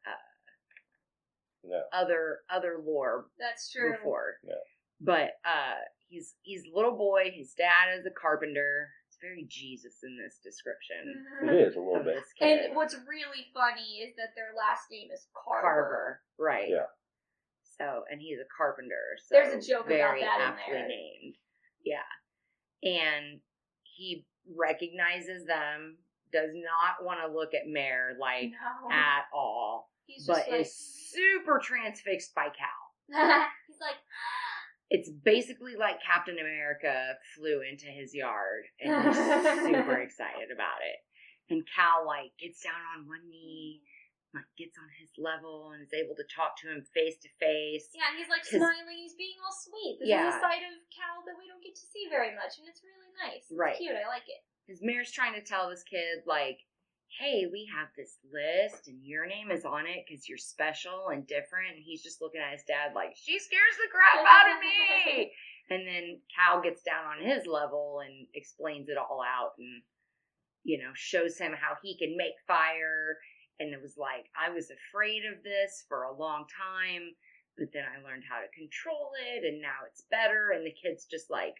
D: uh,
E: No.
D: other other lore
C: That's true.
D: before.
E: Yeah.
D: But uh he's he's a little boy, his dad is a carpenter. It's very Jesus in this description
E: It is a little
D: of
E: bit.
D: this kid.
C: And what's really funny is that their last name is Carver.
D: Carver, right.
E: Yeah.
D: So and he's a carpenter. So
C: There's a joke about
D: very
C: that in
D: aptly
C: there.
D: named. Yeah. And he recognizes them, does not want to look at Mare like
C: No.
D: at all,
C: he's
D: but
C: just like,
D: is super transfixed by Cal.
C: he's like,
D: It's basically like Captain America flew into his yard and he's super excited about it. And Cal like gets down on one knee, like gets on his level and is able to talk to him face to face.
C: Yeah, and he's like
D: 'Cause-
C: smiling. He's being all sweet. This
D: Yeah.
C: is a side of Cal that we don't get to see very much, and it's really nice. It's
D: Right.
C: cute. I like it.
D: His mayor's trying to tell this kid like, "Hey, we have this list and your name is on it because you're special and different." And he's just looking at his dad like, "She scares the crap out of me." and then Cal gets down on his level and explains it all out and you know shows him how he can make fire and it was like I was afraid of this for a long time but then I learned how to control it and now it's better and the kid's just like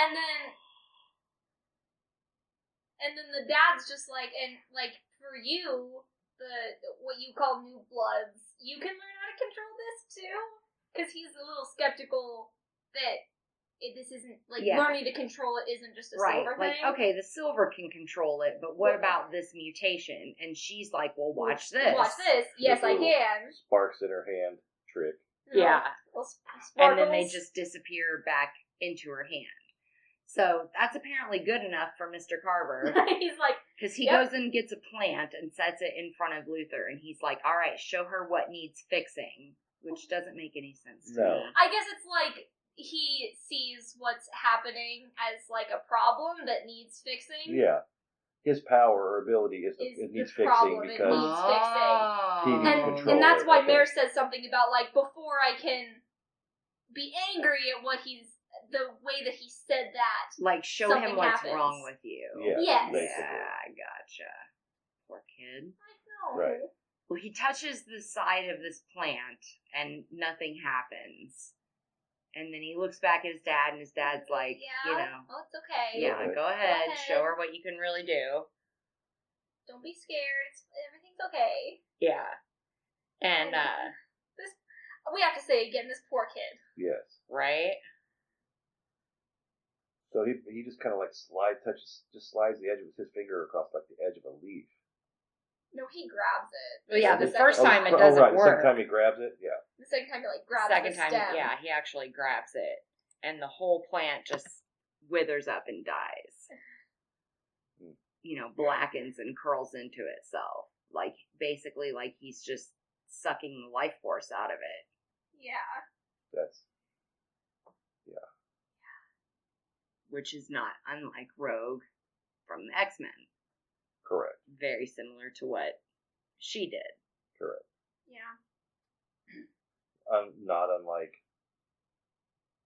C: And then, and then the dad's just like, and like for you, the what you call new bloods, you can learn how to control this too, because he's a little skeptical that it, this isn't like
D: Yeah.
C: learning to control it isn't just a
D: right
C: silver
D: like
C: thing.
D: okay the silver can control it but what
C: Well-
D: about this mutation and she's like well watch this
C: Watch this. Yes, I
E: Ooh.
C: can.
E: Sparks in her hand trick.
D: yeah
C: Little sp-
D: and then they
C: sparkles.
D: just disappear back into her hand so that's apparently good enough for mr carver
C: he's like,
D: Because he
C: Yep.
D: goes and gets a plant and sets it in front of Luther, and he's like, "All right, show her what needs fixing," which doesn't make any sense. To
E: No.
D: me.
C: I guess it's like he sees what's happening as like a problem that needs fixing.
E: Yeah, his power or ability is,
C: Is
E: it
C: the
E: needs
C: problem
E: fixing
C: it
E: because
C: needs. fixing.
E: He needs
C: And
E: control
C: and that's
E: it,
C: why
E: okay.
C: Mare said something about like before I can be angry at what he's the way that he said that.
D: like show
C: something
D: him what's
C: happens.
D: wrong with you.
E: yeah,
C: Yes.
E: basically.
D: yeah, I gotcha. Poor kid.
C: I know.
E: Right.
D: Well, he touches the side of this plant, and nothing happens. And then he looks back at his dad, and his dad's like,
C: yeah,
D: "You know,
C: well, it's okay.
D: yeah,
E: Okay.
D: go ahead,
C: ahead.
D: show her what you can really do."
C: Don't be scared. It's, everything's okay.
D: Yeah, and uh,
C: We have to say again, this poor kid.
E: Yes.
D: right.
E: So he he just kind of like slide touches, just slides the edge of his finger across like the edge of a leaf.
C: No, he grabs it.
D: Well, yeah,
E: the
C: second-
D: first time it
E: oh,
D: doesn't
E: right.
D: work.
E: Second time he grabs it, yeah.
C: The second time he like
D: The
C: grabs
D: second
C: the
D: time,
C: stem.
D: yeah, he actually grabs it, and the whole plant just withers up and dies.
E: Hmm.
D: You know, blackens and curls into itself, like basically, like he's just sucking the life force out of it.
C: Yeah.
E: That's
D: which is not unlike Rogue from the X Men.
E: correct.
D: Very similar to what she did.
E: Correct.
C: Yeah.
E: Um, not unlike.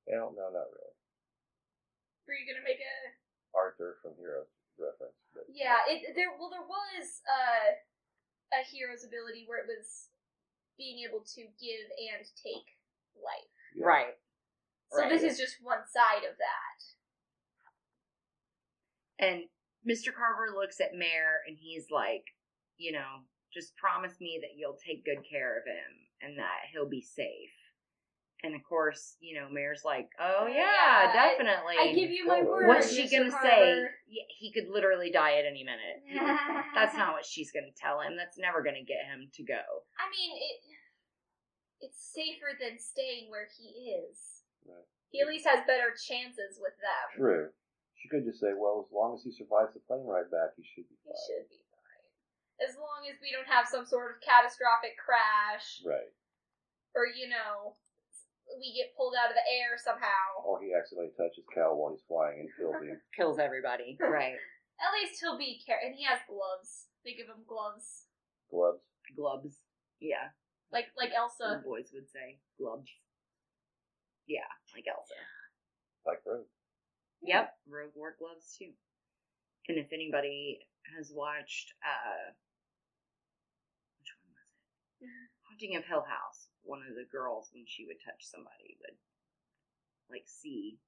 E: Well, no, not really.
C: Were you gonna make a
E: Arthur from Heroes reference. But
C: Yeah, it there well there was uh, a hero's ability where it was being able to give and take life.
E: Yeah.
D: Right.
C: So
D: Right.
C: this is just one side of that.
D: And Mr. Carver looks at Mare and he's like, you know, just promise me that you'll take good care of him and that he'll be safe. And of course, you know, Mare's like, oh, yeah,
C: Yeah, I-
D: definitely.
C: I give you my
E: Oh,
C: word.
D: What's she
C: Mr.
D: going to say?
C: Carver.
D: Yeah, He could literally die at any minute. That's not what she's going to tell him. That's never going to get him to go.
C: I mean, it. It's safer than staying where he is.
E: Right.
C: He at least has better chances with them.
E: True. She could just say, well, as long as he survives the plane ride back, he should be
C: He
E: fine.
C: should be fine, as long as we don't have some sort of catastrophic crash,
E: Right.
C: or you know, we get pulled out of the air somehow.
E: Or he accidentally touches Cal while he's flying and kills him.
D: Kills everybody. Right.
C: At least he'll be care, and he has gloves. They give him gloves,
E: Gloves.
D: Glubs. Yeah.
C: like like
D: The
C: Elsa.
D: boys would say glubs. Yeah, like Elsa.
E: Like Rose.
D: Yep, Rogue wore gloves too. And if anybody has watched, uh, which one was it? Haunting of Hill House. One of the girls, when she would touch somebody, would like see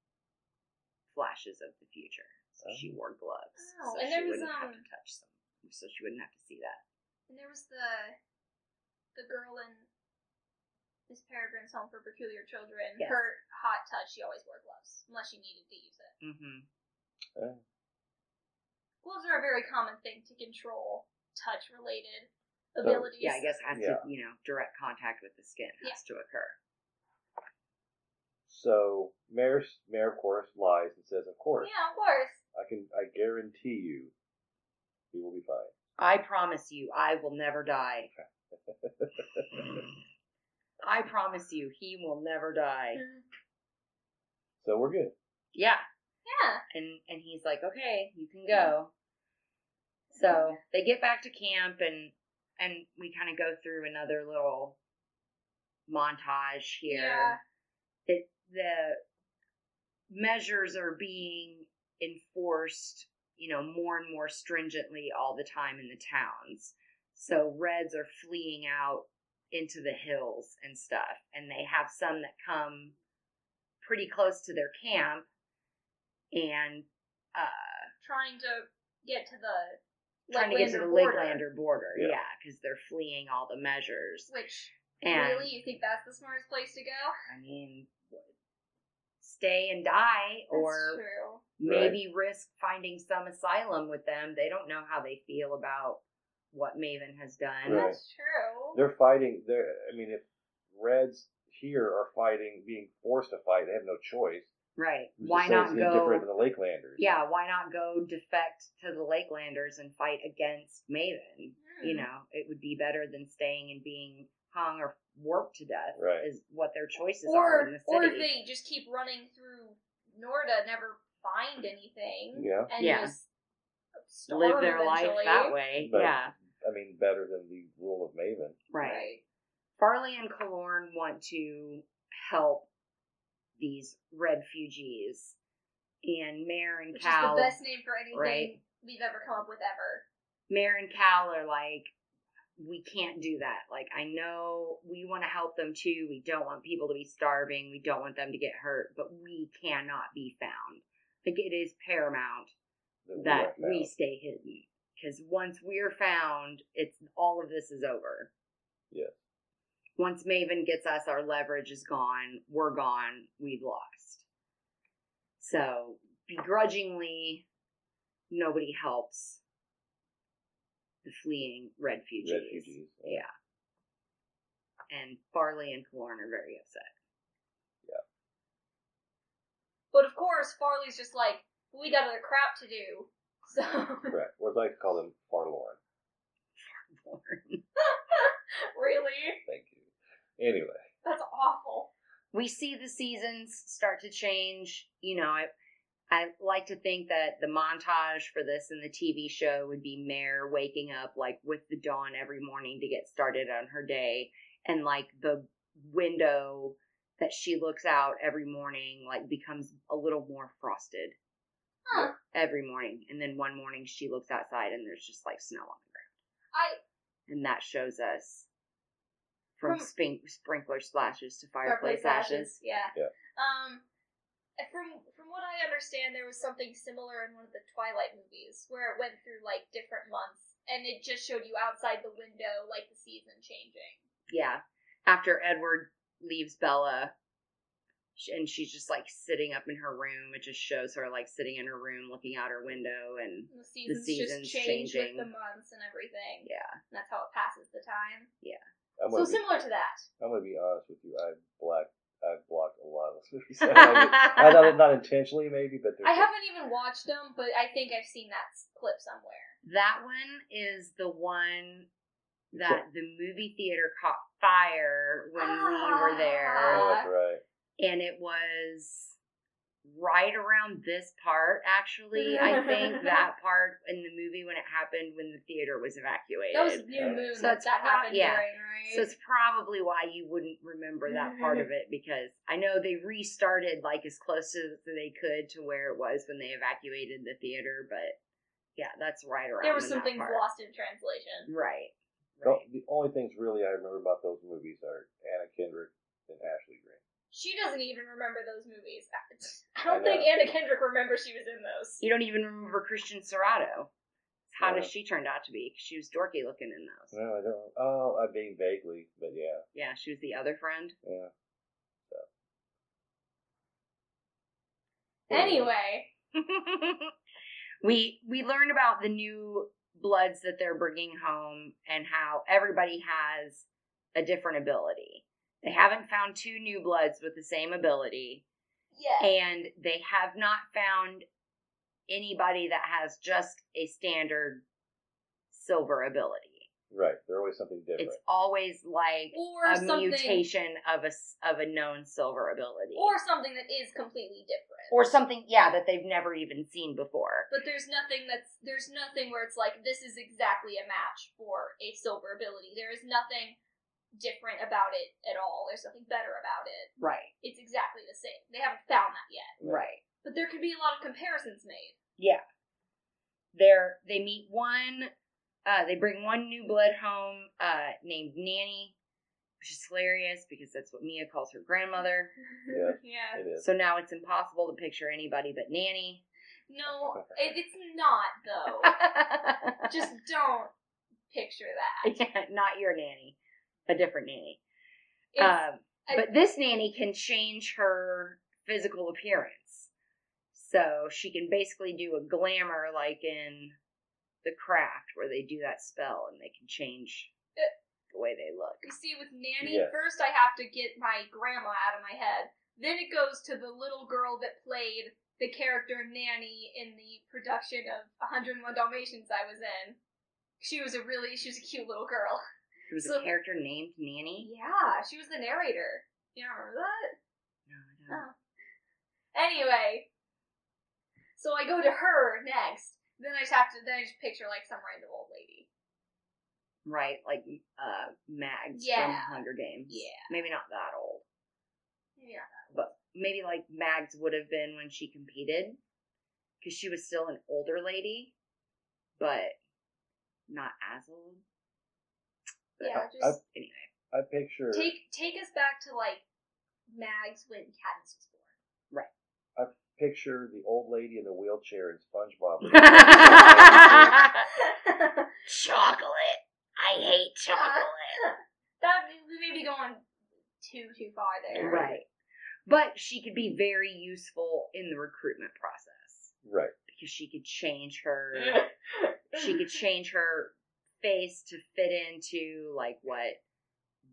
D: flashes of the future. So she wore gloves,
C: Oh,
D: so
C: and
D: she
C: there was,
D: wouldn't have to
C: um,
D: touch them. So she wouldn't have to see that.
C: And there was the the girl in Miss Peregrine's Home for Peculiar Children.
D: Yes.
C: Her hot touch, she always wore gloves unless she needed to use it.
D: Mm-hmm.
E: Eh,
C: Gloves are a very common thing to control touch related abilities.
D: Yeah, I Oh, guess has
E: Yeah.
D: to you know direct contact with the skin has to occur.
E: So Mayor, Mayor of course lies and says, "Of course,
C: Yeah, of course.
E: I can. I guarantee you, he will be fine."
D: I promise you, I will never die. I promise you, he will never die.
E: So we're good.
D: Yeah.
C: Yeah.
D: And and he's like, okay, you can go. So they get back to camp and and we kind of go through another little montage here.
C: Yeah.
D: That the measures are being enforced, you know, more and more stringently all the time in the towns. So reds are fleeing out into the hills and stuff, and they have some that come pretty close to their camp and uh,
C: Trying to get to the
D: trying to get to the
C: Lightlander border,
D: Lightlander border.
E: Yeah.
D: Yeah, because they're fleeing all the measures.
C: Which
D: And
C: really, you think that's the smartest place to go?
D: I mean, stay and die,
C: that's
D: or
C: true.
D: maybe risk finding some asylum with them. They don't know how they feel about what Maven has done.
E: Right.
C: That's true.
E: They're fighting. They're. I mean, if Reds here are fighting, being forced to fight, they have no choice.
D: Right.
E: Who's to
D: Why
E: say
D: not
E: it's
D: go?
E: any different than the Lakelanders?
D: yeah, why not go defect to the Lakelanders and fight against Maven? You
C: Hmm.
D: know, it would be better than staying and being hung or warped to death.
E: Right.
D: Is what their choices are in
C: or
D: the
C: or
D: city.
C: they just keep running through Norda, never find anything,
E: Yeah.
C: and
D: Yeah.
C: just storm
D: live their life
C: eventually.
D: that way.
E: But-
D: yeah.
E: I mean, better than the rule of Maven.
D: Right. Farley and Kalorn want to help these refugees, and Mare and
C: Which
D: Cal.
C: is the best name for anything
D: right.
C: we've ever come up with ever.
D: Mare and Cal are like, we can't do that. Like, I know we want to help them too. We don't want people to be starving. We don't want them to get hurt, but we cannot be found. Like, it is paramount
E: That, we
D: that
E: left
D: we
E: out.
D: stay hidden. Because once we're found, it's all of this is over.
E: Yeah.
D: Once Maven gets us, our leverage is gone. We're gone. We've lost. So begrudgingly, nobody helps the fleeing refugees.
E: refugees.
D: Yeah. And Farley and Kalorn are very upset.
C: But of course, Farley's just like, we got other crap to do. So
E: Correct. Or as I like to call them, Farlorn.
C: really,
E: Thank you. Anyway,
C: that's awful.
D: we see the seasons start to change. You know, I I like to think that the montage for this in the TV show would be Mare waking up like with the dawn every morning to get started on her day, and like the window that she looks out every morning like becomes a little more frosted
C: Huh.
D: every morning, and then one morning she looks outside and there's just like snow on the
C: I
D: ground, and that shows us. From
C: From-
D: spink- sprinkler splashes to
C: fireplace
D: fireplace, ashes.
C: ashes. Yeah.
E: Yeah.
C: Um, from from what I understand, there was something similar in one of the Twilight movies where it went through like different months, and it just showed you outside the window like the season changing.
D: yeah after edward leaves bella sh- and she's just like sitting up in her room it just shows her like sitting in her room looking out her window and
C: The seasons,
D: seasons
C: just change
D: changing.
C: with the months and everything.
D: yeah
C: And that's how it passes the time.
E: I'm
C: so
E: gonna, be,
C: similar to that.
E: I'm gonna be honest with you. I've blacked. I've blocked a lot of those movies. I not, not intentionally, maybe, but they're
C: I
E: just-
C: haven't even watched them, but I think I've seen that s- clip somewhere.
D: that one is the one that the movie theater caught fire when we were there
E: Oh, that's right.
D: and it was right around this part actually i think that part in the movie when it happened when the theater was evacuated
C: That was New Moon.
D: So
C: that
D: it's
C: that
D: pro-
C: happened
D: yeah.
C: during, right?
D: So it's probably why you wouldn't remember
C: Mm-hmm.
D: that part of it because I know they restarted like as close as they could to where it was when they evacuated the theater, but yeah, that's right around.
C: there was
D: when that
C: some things
D: part-
C: lost in translation.
D: Right.
E: The-
D: Right.
E: The only things really I remember about those movies are Anna Kendrick and Ashley Green.
C: She doesn't even remember those movies. I
E: I
C: don't think
E: know.
C: Anna Kendrick remembers she was in those.
D: You don't even remember Christian Serrato. How
E: Yeah.
D: does she turned out to be? She was dorky looking in those.
E: No, I don't. Oh, I mean vaguely, but yeah,
D: Yeah, she was the other friend.
E: yeah. So.
C: Anyway,
D: we we learned about the new bloods that they're bringing home and how everybody has a different ability They haven't found two new bloods with the same ability,
C: Yeah.
D: and they have not found anybody that has just a standard silver ability.
E: Right. They're always something different.
D: It's always like
C: Or
D: a
C: something
D: mutation of a s- of a known silver ability,
C: or something that is completely different.
D: or something, yeah, that they've never even seen before.
C: but there's nothing that's there's nothing where it's like this is exactly a match for a silver ability. There is nothing different about it at all. There's nothing better about it.
D: Right,
C: It's exactly the same. They haven't found that yet.
D: right.
C: But there could be a lot of comparisons made.
D: Yeah. They're they meet one uh they bring one new blood home uh named Nanny, which is hilarious because that's what Mia calls her grandmother.
E: Yeah.
C: yeah.
E: It is.
D: So now it's impossible to picture anybody but Nanny.
C: No, it, it's not though. Just don't picture that.
D: not your nanny, a different nanny.
C: It's,
D: um,
C: I-
D: but this nanny can change her physical appearance. So she can basically do a glamour like in The Craft, where they do that spell and they can change the way they look.
C: you see, with nanny,
E: Yeah.
C: first I have to get my grandma out of my head. Then it goes to the little girl that played the character nanny in the production of 101 Dalmatians I was in. She was a really she was a cute little girl.
D: There was
C: So-
D: a character named Nanny.
C: Yeah, she was the narrator. You don't remember that?
D: No, I don't.
C: Oh. Anyway, so I go to her next. Then I just have to. Then I just picture like some random old lady.
D: Right, like uh, Mags
C: Yeah.
D: from Hunger Games.
C: Yeah.
D: Maybe not that old,
C: Yeah.
D: but maybe like Mags would have been when she competed because she was still an older lady, but not as old.
C: Yeah.
E: I,
C: Just
D: Anyway.
E: I picture
C: take take us back to like Mags when Katniss was born.
E: picture the old lady in the wheelchair in SpongeBob.
D: chocolate. I hate
C: that we may be going too too far there.
D: Right. But she could be very useful in the recruitment process
E: right.
D: because she could change her she could change her face to fit into like what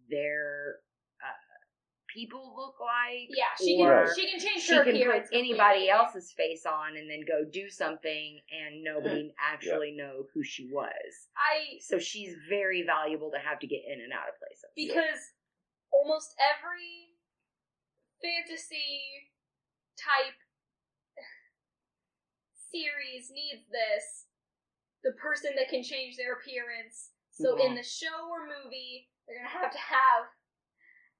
D: their uh, people look like.
C: Yeah, she can
D: or
C: she can change
D: she
C: her
D: can put
C: appearance.
D: anybody
C: completely.
D: else's face on and then go do something and nobody actually know who she was.
C: I
D: So she's very valuable to have to get in and out of places.
C: because almost every fantasy type series needs this the person that can change their appearance so in
D: Mhm.
C: the show or movie they're gonna have to have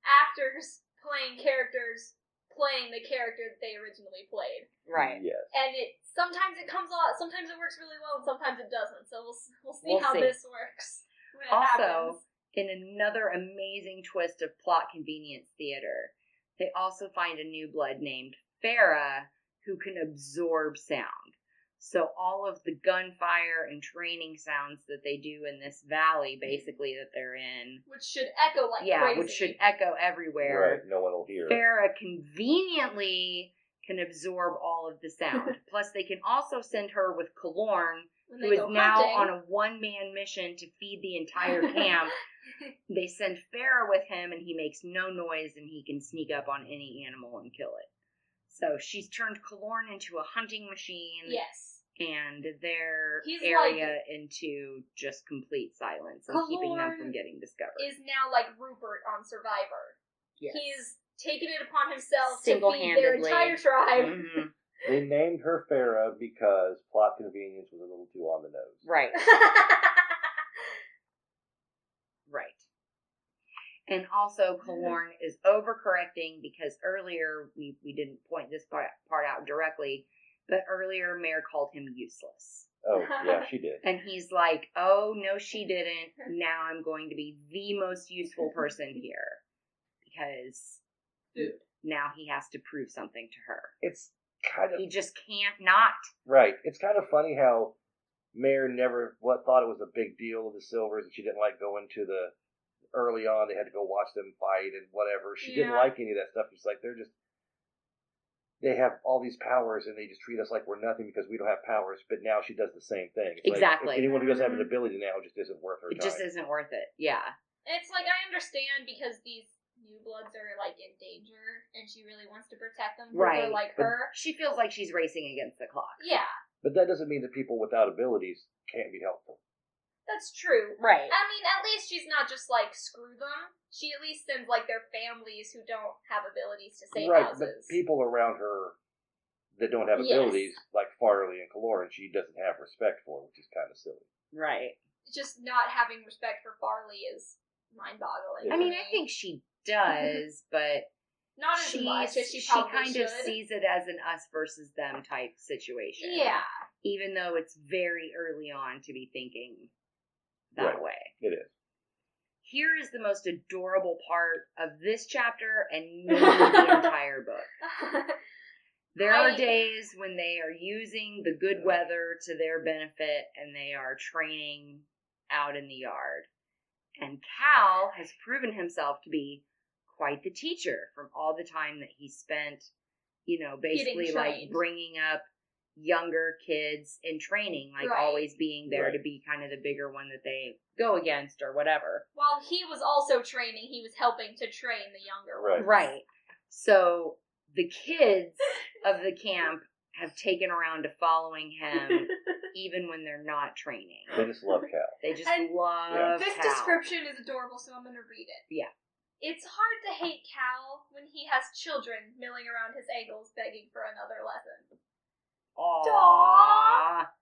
C: actors playing characters playing the character that they originally played
D: right.
E: Yes.
C: and it sometimes it comes out sometimes it works really well and sometimes it doesn't so we'll, s- we'll see
D: We'll
C: how
D: see.
C: this works when it
D: Also,
C: happens.
D: in another amazing twist of plot convenience theater, they also find a new blood named Farah who can absorb sound. So all of the gunfire and training sounds that they do in this valley, basically that they're in,
C: which should echo like
D: yeah,
C: crazy.
D: which should echo everywhere.
E: Right. No one will hear.
D: Farah conveniently can absorb all of the sound. Plus, they can also send her with Kalorn,
C: when
D: who is now on a one-man mission to feed the entire camp they send Farah with him, and he makes no noise, and he can sneak up on any animal and kill it. So she's turned Kalorn into a hunting machine,
C: yes.
D: and their
C: He's
D: area into just complete silence and keeping them
C: Kalorn
D: from getting discovered.
C: Is now like Rupert on Survivor.
D: Yes.
C: He's taken it upon himself to feed their
D: Single-handedly.
C: entire tribe.
D: Mhm.
E: They named her Farah because plot convenience was a little too on the nose.
D: right, right. And also, Kalorn is overcorrecting because earlier we we didn't point this part part out directly, but earlier Mare called him useless.
E: Oh yeah, she did.
D: And he's like, Oh, no, she didn't. Now I'm going to be the most useful person here because
C: Dude.
D: now he has to prove something to her.
E: It's kind of
D: He just can't not.
E: right. It's kind of funny how Mayor never what thought it was a big deal of the Silvers, and she didn't like going to the early on. They had to go watch them fight and whatever. She didn't
C: Yeah.
E: like any of that stuff. She's like, they're just they have all these powers and they just treat us like we're nothing because we don't have powers. But now she does the same thing. It's like, if
D: Exactly.
E: anyone who doesn't have an ability now Mm-hmm. it just isn't worth her
D: It
E: time.
D: just isn't worth it. Yeah.
C: it's like I understand because these new bloods are like in danger and she really wants to protect them from
D: Right.
C: her like
E: But-
C: her.
D: She feels like she's racing against the clock.
C: Yeah,
E: But that doesn't mean that people without abilities can't be helpful.
C: that's true.
D: Right.
C: I mean, at least she's not just like screw them. She at least sends like their families who don't have abilities to save
E: right,
C: houses.
E: but people around her that don't have
C: Yes.
E: abilities, like Farley and Kaloran, she doesn't have respect for, which is kind of silly.
D: Right.
C: just not having respect for Farley is mind-boggling.
E: Yeah.
D: I
C: to
D: mean,
C: me.
D: I think she does, but
C: not as
D: she
C: much as
D: she,
C: she probably
D: kind
C: should.
D: of sees it as an us versus them type situation.
C: yeah,
D: Even though it's very early on to be thinking that
E: Right.
D: way.
E: It is.
D: Here is the most adorable part of this chapter and maybe the entire book. There
C: I-
D: are days when they are using the good weather to their benefit and they are training out in the yard. And Cal has proven himself to be quite the teacher from all the time that he spent, you know, basically like
C: trained.
D: bringing up younger kids in training, like
C: Right.
D: always being there to
E: Right.
D: be kind of the bigger one that they go against or whatever.
C: while he was also training, he was helping to train the younger
E: Right.
C: ones.
D: Right. So the kids of the camp have taken around to following him even when they're not training.
E: They just love Cal.
D: They just
C: And
D: love
C: This
D: Cal.
C: description is adorable, so I'm going to read it.
D: Yeah.
C: It's hard to hate Cal when he has children milling around his ankles begging for another lesson.
D: Aww.
C: Aw.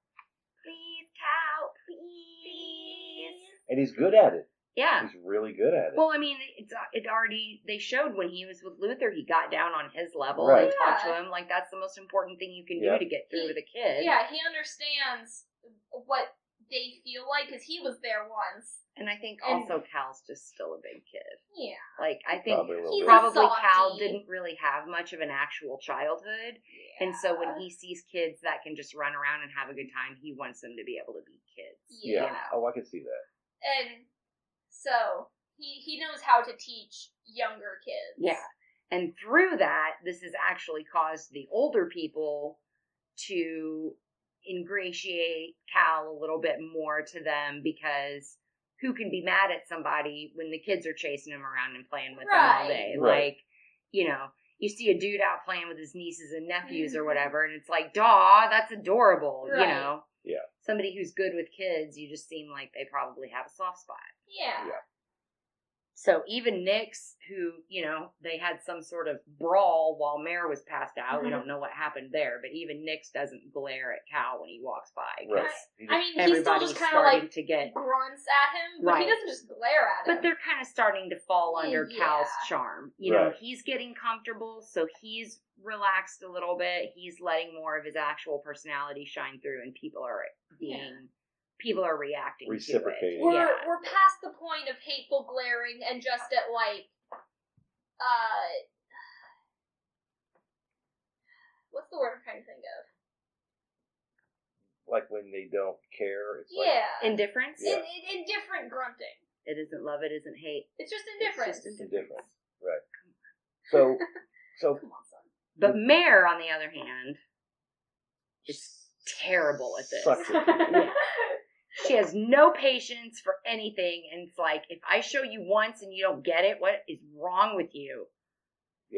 D: Please, Cal, please.
E: And he's good at it.
D: Yeah.
E: He's really good at it.
D: Well, I mean, it's uh, it already they showed when he was with Luther, he got down on his level
E: Right.
D: and talked
C: Yeah.
D: to him. Like that's the most important thing you can
E: Yeah.
D: do to get through
C: He-
D: with a kid.
C: Yeah, he understands what they feel like because he was there once.
D: And I think
C: And-
D: also Cal's just still a big kid.
C: Yeah.
D: Like I think
E: probably a little
C: He's
E: bit.
D: probably
C: softie.
D: Cal didn't really have much of an actual childhood. And so when he sees kids that can just run around and have a good time, he wants them to be able to be kids.
E: yeah.
C: yeah.
E: Oh, I can see that.
C: And so he he knows how to teach younger kids.
D: Yeah. And through that, this has actually caused the older people to ingratiate Cal a little bit more to them because who can be mad at somebody when the kids are chasing him around and playing with them all
C: Right.
D: day?
E: Right.
D: Like, you know, you see a dude out playing with his nieces and nephews or whatever, and it's like, daw, that's adorable, you
C: Mm-hmm. Right.
D: know?
E: Yeah.
D: Somebody who's good with kids, you just seem like they probably have a soft spot.
C: Yeah.
E: Yeah.
D: So even Nix, who, you know, they had some sort of brawl while Mare was passed out. We don't know what happened there, but even Nix doesn't glare at Cal when he walks by. 'cause
E: Right. He just-
C: I mean, he's still
D: Everybody's
C: just kind of
D: starting
C: like
D: to get,
C: grunts at him, but
D: Right.
C: he doesn't just glare at him.
D: but they're kind of starting to fall under
C: Yeah.
D: Cal's charm. You know,
E: Right.
D: he's getting comfortable, so he's relaxed a little bit. He's letting more of his actual personality shine through, and people are being, people are reacting
E: Reciprocating.
D: to it.
C: we're
D: Yeah.
C: we're past the point of hateful glaring and just at like uh what's the word I'm trying to think of?
E: like when they don't care, it's like
C: yeah.
D: Indifference?
E: Yeah.
C: In, in, indifferent grunting.
D: It isn't love, it isn't hate.
C: It's just
D: It's
C: indifference.
D: just indifference.
E: indifference. Right. So, so
C: Come on, son.
D: But Mare, on the other hand, is terrible at this.
E: Sucks at people.
D: She has no patience for anything, and it's like if I show you once and you don't get it, what is wrong with you?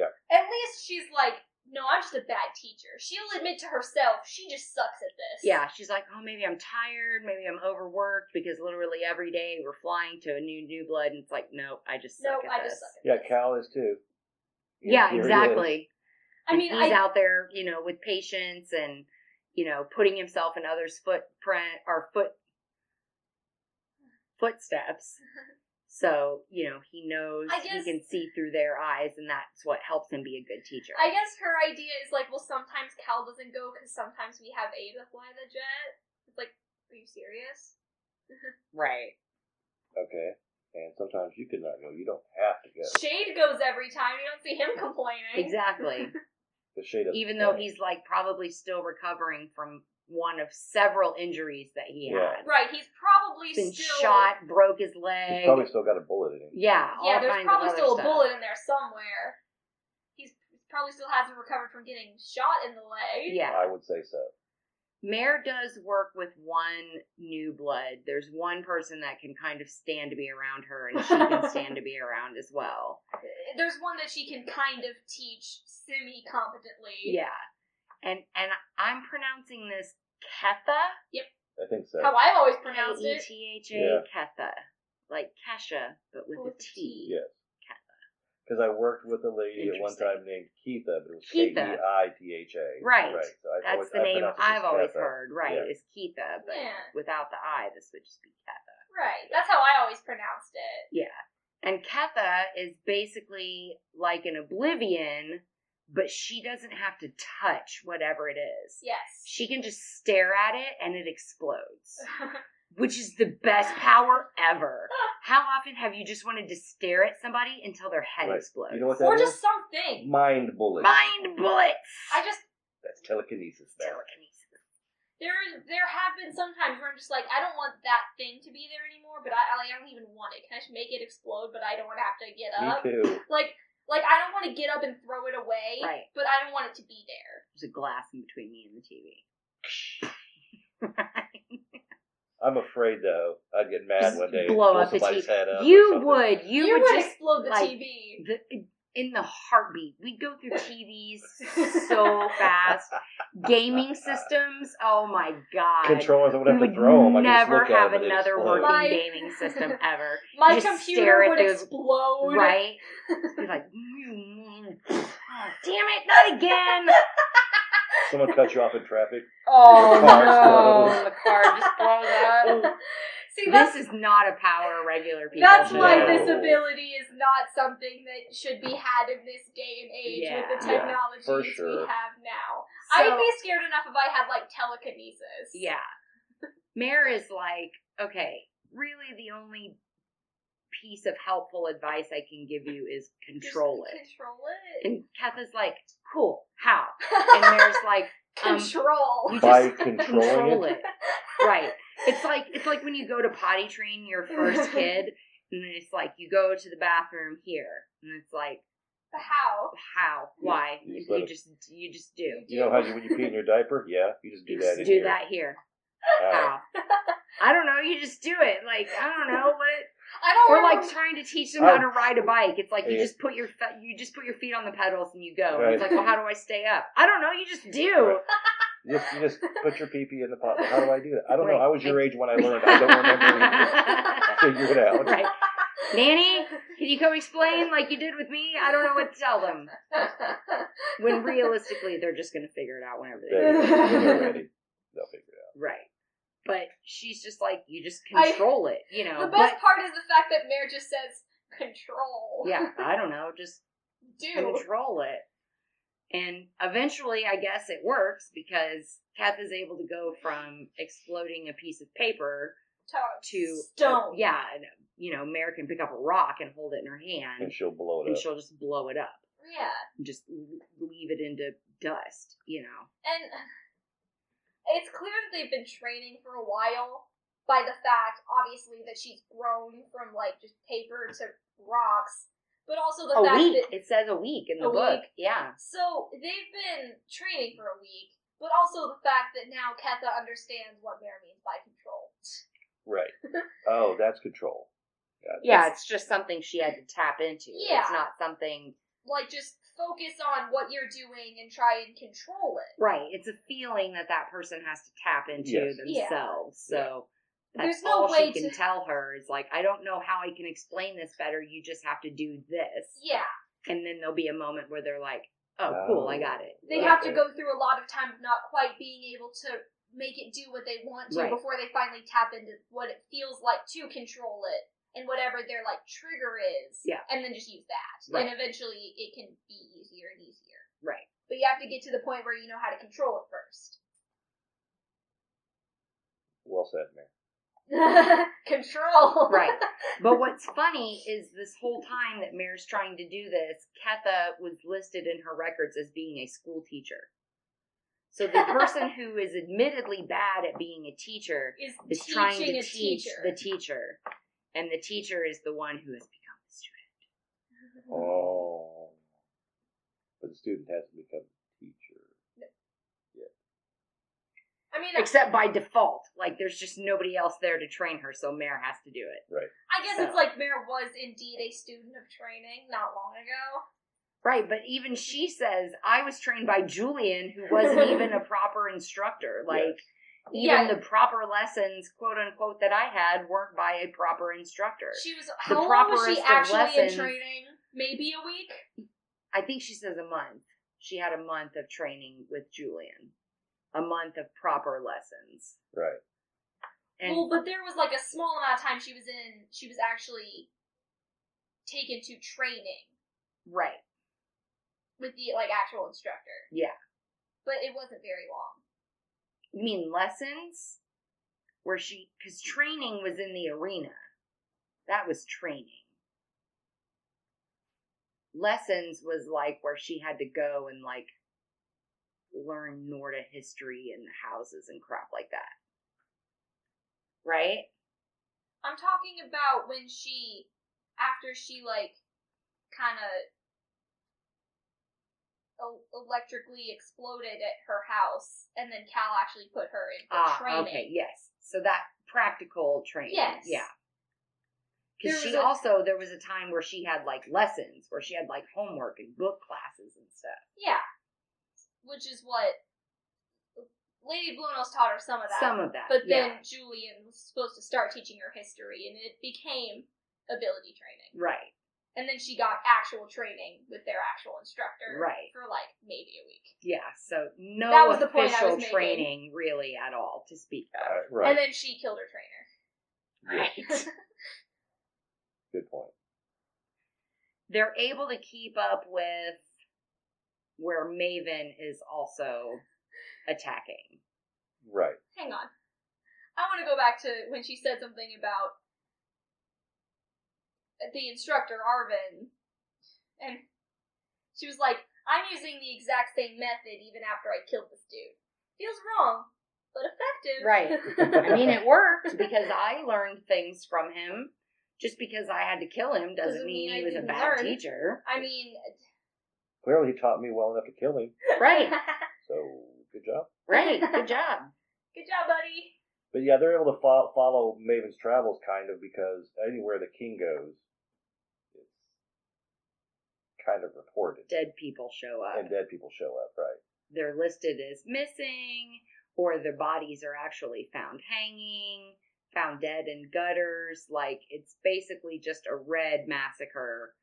C: At least she's like, no, I'm just a bad teacher. She'll admit to herself she just sucks at this.
D: Yeah, she's like, oh, maybe I'm tired, maybe I'm overworked because literally every day we're flying to a new new blood, and it's like, nope, I just suck
C: No,
D: at
C: I
D: this.
C: just suck at
E: yeah,
C: this.
E: Cal is too.
D: yeah,
E: Here he is.
D: exactly.
C: I mean,
D: he's
C: I
D: out there, you know, with patience and you know, putting himself in others' footprint or foot footsteps. So you know, he knows
C: I
D: he
C: guess-
D: can see through their eyes, and that's what helps him be a good teacher.
C: I guess her idea is like, well, sometimes Cal doesn't go because sometimes we have Ava fly the jet. It's like, are you serious?
D: right.
E: Okay. And sometimes you could not go. You don't have to go.
C: Shade goes every time. You don't see him complaining.
D: Exactly.
E: The shade of
D: Even though he's like probably still recovering from one of several injuries that he
E: Yeah.
D: had.
C: Right. He's probably
D: Been
C: still
D: shot, broke his
E: he's
D: leg.
E: probably still got a bullet in him.
D: yeah. all
C: Yeah, there's
D: kinds of
C: probably
D: other
C: still a
D: stuff.
C: bullet in there somewhere. He's probably still hasn't recovered from getting shot in the leg.
D: Yeah.
E: I would say so.
D: Mare does work with one new blood. There's one person that can kind of stand to be around her, and she can stand to be around as well.
C: There's one that she can kind of teach semi competently.
D: Yeah, and and I'm pronouncing this Ketha,
E: I think so.
C: How I've always
D: K
C: pronounced
D: E
C: it.
D: T H
E: Yeah.
D: A, Ketha, like Kesha, but with
C: With
D: a
C: a
D: T.
E: Yes. Because I worked with a lady at one
D: Interesting.
E: time named Keitha, but it was K E
D: Keitha.
E: I T H A.
D: Right.
E: So I've
D: That's
E: always-
D: the
E: I
D: name
E: pronounce it as
D: I've always
E: Ketha.
D: heard. Right,
E: Yeah.
D: is Ketha, but
C: Yeah.
D: without the I, this would just be Ketha.
C: Right. That's how I always pronounced it.
D: And Ketha is basically like an Oblivion, but she doesn't have to touch whatever it is.
C: Yes.
D: She can just stare at it and it explodes, which is the best power ever. How often have you just wanted to stare at somebody until their head
E: Right.
D: explodes?
E: You know what that
C: or
E: is?
C: just something.
E: Mind bullet.
D: Mind bullets.
C: I just
E: That's telekinesis. Now.
D: Telekinesis.
C: there there have been some times where I'm just like I don't want that thing to be there anymore, but I I, like I don't even want it. Can I just make it explode? But I don't want to have to get
E: Me
C: up.
E: too.
C: Like like I don't want to get up and throw it away.
D: Right.
C: But I don't want it to be there.
D: There's a glass in between me and the TV.
E: I'm afraid though. I'd get mad
D: Just
E: one day. and
D: blow
E: blow
D: up the
E: somebody's
D: TV.
E: head up or
D: you
E: something.
D: would. You, would, just
C: explode the
D: like,
C: TV.
D: the, in the heartbeat. We go through TVs so fast. Gaming systems. Oh my god.
E: Controllers. I would have
D: we
E: to throw them. I
D: would
E: could just
D: never
E: look at
D: have
E: 'em and they'd
D: another
E: explode.
D: working
C: Like-
D: gaming system ever,
C: My
D: just stare
C: computer
D: at
C: would
D: those-
C: explode.
D: right? You're like, oh, damn it, not again!
E: Someone cut you off in traffic.
D: Oh
E: The car explodes.
D: no, the car just blows up.
C: See that's
D: This is not a power regular people.
C: that's
E: No.
D: should
C: why
D: have.
C: this ability is not something that should be had in this day and age with the
E: Yeah. Yeah,
C: technologies
E: for
C: we
E: sure.
C: have now.
D: So-
C: I'd be scared enough if I had like telekinesis.
D: Yeah. Mare is like, okay, really the only piece of helpful advice I can give you is
C: Just
D: control it.
C: Control it.
D: And Katha's like, cool, how? And
C: And
D: Mare's like, um,
C: control.
D: you
E: By
D: just
E: controlling
D: control
E: it.
D: it. Right. It's like it's like when you go to potty train your first kid and then it's like you go to the bathroom here and it's like
C: But how?
D: how? Why?
E: You
D: You,
E: just let it-
D: just you just do.
E: You know how you when you pee in your diaper? Yeah, you just do
D: You
E: that.
D: just
E: in
D: do
E: here.
D: that here.
E: Ow.
D: How? I don't know, you just do it. Like, I don't know what
C: I don't
D: Or
C: want
D: like Oh, trying to teach them how to ride a bike. It's like you
E: oh. Yeah.
D: just put your fe- you just put your feet on the pedals and you go.
E: Right.
D: It's like, well, how do I stay up? I don't know. You just do.
E: Right. You just, you just put your pee pee in the pot. Well, how do I do that? I don't know.
D: Right.
E: I was your age when I learned. I don't remember. Figure it out.
D: right, Nanny. Can you come explain like you did with me? I don't know what to tell them. When realistically, they're just going to figure it out whenever they
E: There you
D: do.
E: go. When they're ready, they'll figure it
D: Right. But she's just like you. Just
C: I-
D: control it. You know.
C: the best part is the fact that Mare just says control.
D: But, yeah. I don't know. Just
C: Do.
D: control it. And eventually, I guess it works because Kath is able to go from exploding a piece of paper
C: Talk.
D: to uh,
C: Stone.
D: yeah, and, you know, Mare can pick up a rock and hold it in her
E: out, and
D: hand,
E: she'll blow it
D: and
E: up.
D: she'll just blow it up
C: Yeah.
D: and just leave it into dust. You know,
C: And it's clear that they've been training for a while by the fact, obviously, that she's grown from like just paper to rocks, but also the
D: a
C: fact
D: week.
C: that
D: It says a week in the
C: A
D: book.
C: week.
D: Yeah,
C: so they've been training for a week, but also the fact that now Ketha understands what Mare means by control.
E: Right. Oh, that's control.
D: yeah. It's just something she had to tap into.
C: Yeah.
D: it's not something
C: Like just focus on what you're doing and try and control it.
D: right. It's a feeling that that person has to tap into
E: Yes.
C: Yeah.
D: themselves.
E: Yeah.
D: So. That's
C: There's no
D: all
C: way
D: she can
C: to-
D: tell her is like, I don't know how I can explain this better. You just have to do this.
C: Yeah.
D: And then there'll be a moment where they're like, oh, cool, I got it.
C: They have to go through a lot of time of not quite being able to make it do what they want to
D: Right.
C: before they finally tap into what it feels like to control it and whatever their like trigger is.
D: Yeah.
C: And then just use that.
D: Right.
C: And eventually it can be easier and easier.
D: Right.
C: But you have to get to the point where you know how to control it first.
E: Well said, man.
C: control.
D: Right. But what's funny is this whole time that Mare's trying to do this, Ketha was listed in her records as being a school teacher. So the person who is admittedly bad at being a teacher
C: Is
D: is
C: teaching
D: trying to
C: a
D: teach
C: teacher.
D: the teacher. And the teacher is the one who has become the student. Mm-hmm.
E: Oh. But the student has to become a teacher.
C: I mean,
D: except by default. Like there's just nobody else there to train her, so Mare has to do it.
C: I guess it's like Mare was indeed a student of training not long ago.
D: Right, but even she says, I was trained by Julian, who wasn't even a proper instructor. Like, even
C: Yeah.
D: the proper lessons, quote unquote, that I had weren't by a proper instructor.
C: She was.
D: The
C: How long was
D: properest
C: she
D: of
C: actually
D: lessons-
C: in training? Maybe a week.
D: I think she says a month. She had a month of training with Julian, a month of proper lessons.
E: Right.
D: And
C: well, but there was like a small amount of time she was in. She was actually taken to training
D: right,
C: with the like actual instructor.
D: Yeah.
C: but it wasn't very long.
D: you mean lessons where she because training was in the arena. That was training. Lessons was like where she had to go and like learn Norda history and the houses and crap like that. Right?
C: I'm talking about when she, after she like, kind of electrically exploded at her house, and then Cal actually put her in for
D: Ah,
C: training.
D: okay, yes. So that practical training.
C: Yes.
D: Yeah.
C: There
D: Because she
C: was a-
D: also there was a time where she had like lessons where she had like homework and book classes and stuff.
C: Yeah, which is what Lady Blunos taught her some of that.
D: Some of that.
C: but
D: yeah.
C: then Julian was supposed to start teaching her history, and it became ability training.
D: right.
C: And then she got actual training with their actual instructor,
D: Right.
C: for like maybe a week.
D: Yeah. So no
C: That was the point I
D: official
C: was making.
D: training really at all to speak
E: Uh,
D: of.
E: right.
C: And then she killed her trainer.
D: Right.
E: Good point.
D: They're able to keep up with where Maven is also attacking.
E: Right.
C: Hang on, I want to go back to when she said something about the instructor Arvin, and she was like, "I'm using the exact same method even after I killed this dude. Feels wrong, but effective."
D: Right. I mean, it worked because I learned things from him. Just because I had to kill him doesn't,
C: Doesn't
D: mean
C: mean
D: he
C: I
D: was a
C: didn't
D: bad
C: learn.
D: teacher.
C: I mean,
E: Clearly, he taught me well enough to kill him.
D: Right,
E: So good job.
D: right. Good job.
C: Good job, buddy.
E: But yeah, they're able to fo- follow Maven's travels kind of because anywhere the king goes, it's kind of reported,
D: Dead people show up.
E: and dead people show up. Right.
D: They're listed as missing, or their bodies are actually found hanging, found dead in gutters. Like, it's basically just a red massacre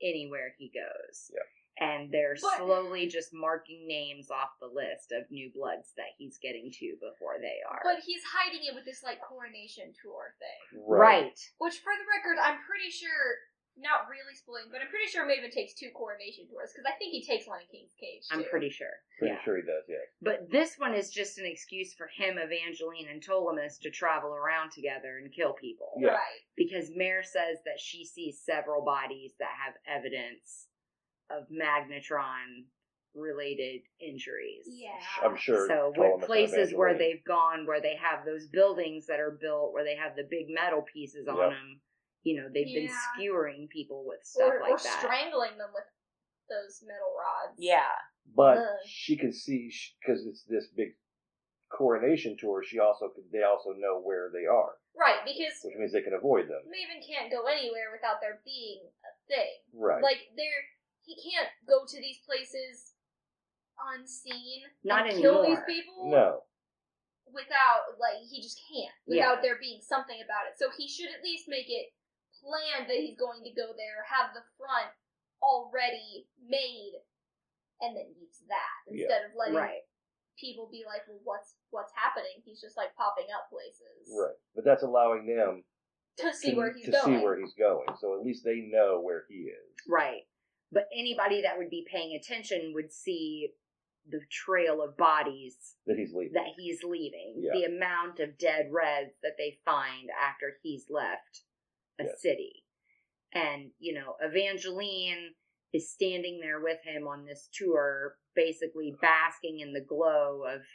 D: anywhere he goes.
E: Yeah.
D: And they're
C: But-
D: slowly just marking names off the list of new bloods that he's getting to before they are.
C: But he's hiding it with this like coronation tour thing.
D: Right.
C: Which, for the record, I'm pretty sure. Not really spoiling, but I'm pretty sure Maven takes two coronation tours because I think he takes one in King's Cage.
D: I'm
C: too.
D: pretty sure.
E: Pretty
D: yeah.
E: sure he does. Yeah.
D: But this one is just an excuse for him, Evangeline, and Ptolemus to travel around together and kill people.
E: Yeah.
C: right.
D: Because Mare says that she sees several bodies that have evidence of magnetron related injuries.
C: Yeah.
E: I'm sure.
D: So
E: Ptolemy
D: what
E: and
D: places where
E: Evangeline-
D: they've gone, where they have those buildings that are built, where they have the big metal pieces on
E: Yep.
D: them, you know, they've been
C: Yeah.
D: skewering people with stuff
C: or,
D: like
C: or
D: that.
C: strangling them with those metal rods.
D: yeah.
E: but
C: Ugh.
E: she can see because it's this big coronation tour. She also can, they also know where they are,
C: Right, because
E: which means they can avoid them.
C: Maven can't go anywhere without there being a thing.
E: Right.
C: Like there, he can't go to these places unseen.
D: Not
C: and kill these
D: anymore.
C: people.
E: no.
C: without like he just can't
D: Yeah.
C: without there being something about it. So he should at least make it planned that he's going to go there, have the front already made, and then use that
E: Yeah.
C: instead of letting
D: Right.
C: people be like, "Well, what's what's happening?" He's just like popping up places
E: Right. But that's allowing them
C: to see
E: to,
C: where he's
E: to
C: going.
E: see where he's going. So at least they know where he is.
D: Right. But anybody that would be paying attention would see the trail of bodies
E: That he's leaving.
D: that he's leaving,
E: Yeah.
D: the amount of dead reds that they find after he's left a
E: Yes.
D: city. And, you know, Evangeline is standing there with him on this tour, basically basking in the glow of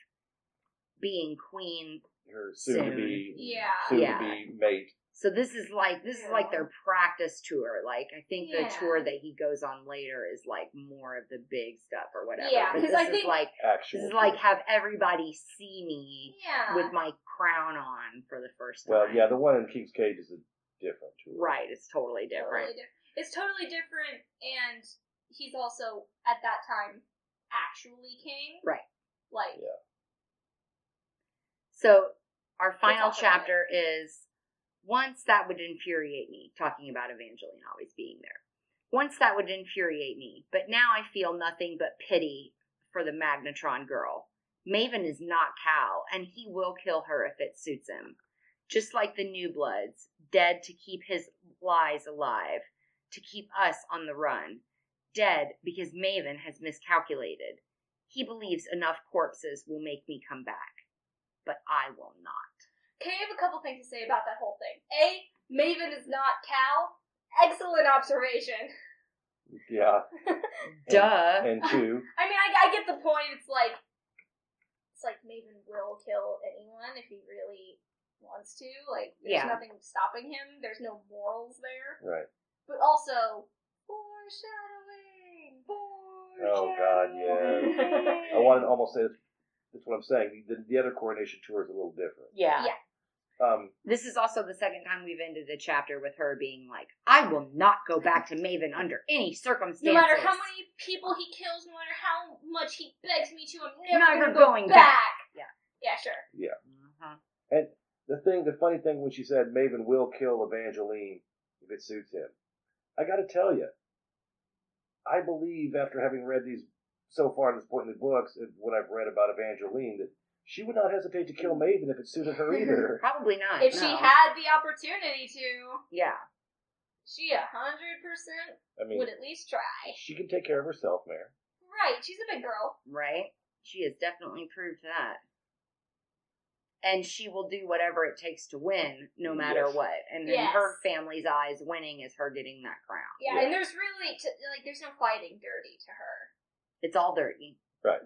D: being queen
E: Her soon to be
C: Yeah.
E: soon
D: Yeah.
E: to be mate
D: So this is like this is like their practice tour. Like I think
C: Yeah.
D: the tour that he goes on later is like more of the big stuff or whatever.
C: Yeah,
D: But
C: 'cause
D: this
C: I
D: is
C: think-
D: like
E: Actual.
D: this is like have everybody see me
C: Yeah.
D: with my crown on for the first time.
E: well, yeah, the one in King's Cage is a different tour.
D: right. It's totally
C: Totally
D: different.
C: diff- it's totally different, and he's also at that time actually king.
D: Right.
C: Like
E: Yeah.
D: So our final
C: awesome.
D: chapter is once that would infuriate me, talking about Evangeline always being there. Once that would infuriate me, but now I feel nothing but pity for the Magnetron girl. Maven is not Cal, and he will kill her if it suits him. Just like the New Bloods, dead to keep his lies alive, to keep us on the run. Dead because Maven has miscalculated. He believes enough corpses will make me come back but I will not.
C: Okay, I have a couple things to say about that whole thing. A, Maven is not Cal. Excellent observation.
E: Yeah.
D: Duh.
E: And two,
C: I mean, I, I get the point. It's like, it's like Maven will kill anyone if he really wants to. Like, there's
D: Yeah.
C: nothing stopping him. There's no morals there.
E: right.
C: But also, foreshadowing.
E: Oh, God, yeah.
C: foreshadowing.
E: I wanted to almost say that's, that's what I'm saying. The, the other coronation tour is a little different.
D: yeah.
C: Yeah.
E: Um,
D: This is also the second time we've ended the chapter with her being like, I will not go back to Maven under any circumstances.
C: No matter how many people he kills, no matter how much he begs me to, I'm never,
D: Never
C: gonna go
D: going back.
C: back.
D: Yeah.
C: Yeah, sure.
D: Uh-huh.
E: the thing, the funny thing when she said Maven will kill Evangeline if it suits him, I got to tell you, I believe after having read these so far at this point in the books and what I've read about Evangeline that she would not hesitate to kill Maven if it suited her either.
D: Probably not.
C: If she
D: no.
C: had the opportunity to,
D: Yeah.
C: she a hundred percent
E: I mean,
C: would at least try.
E: she can take care of herself, Mayor.
C: Right, she's a big girl.
D: Right? She has definitely proved that. And she will do whatever it takes to win, no matter
E: Yes.
D: what. And in
C: Yes.
D: her family's eyes, winning is her getting that crown.
C: Yeah,
E: Yeah.
C: and there's really t- like there's no fighting dirty to her.
D: It's all e, dirty.
C: Right.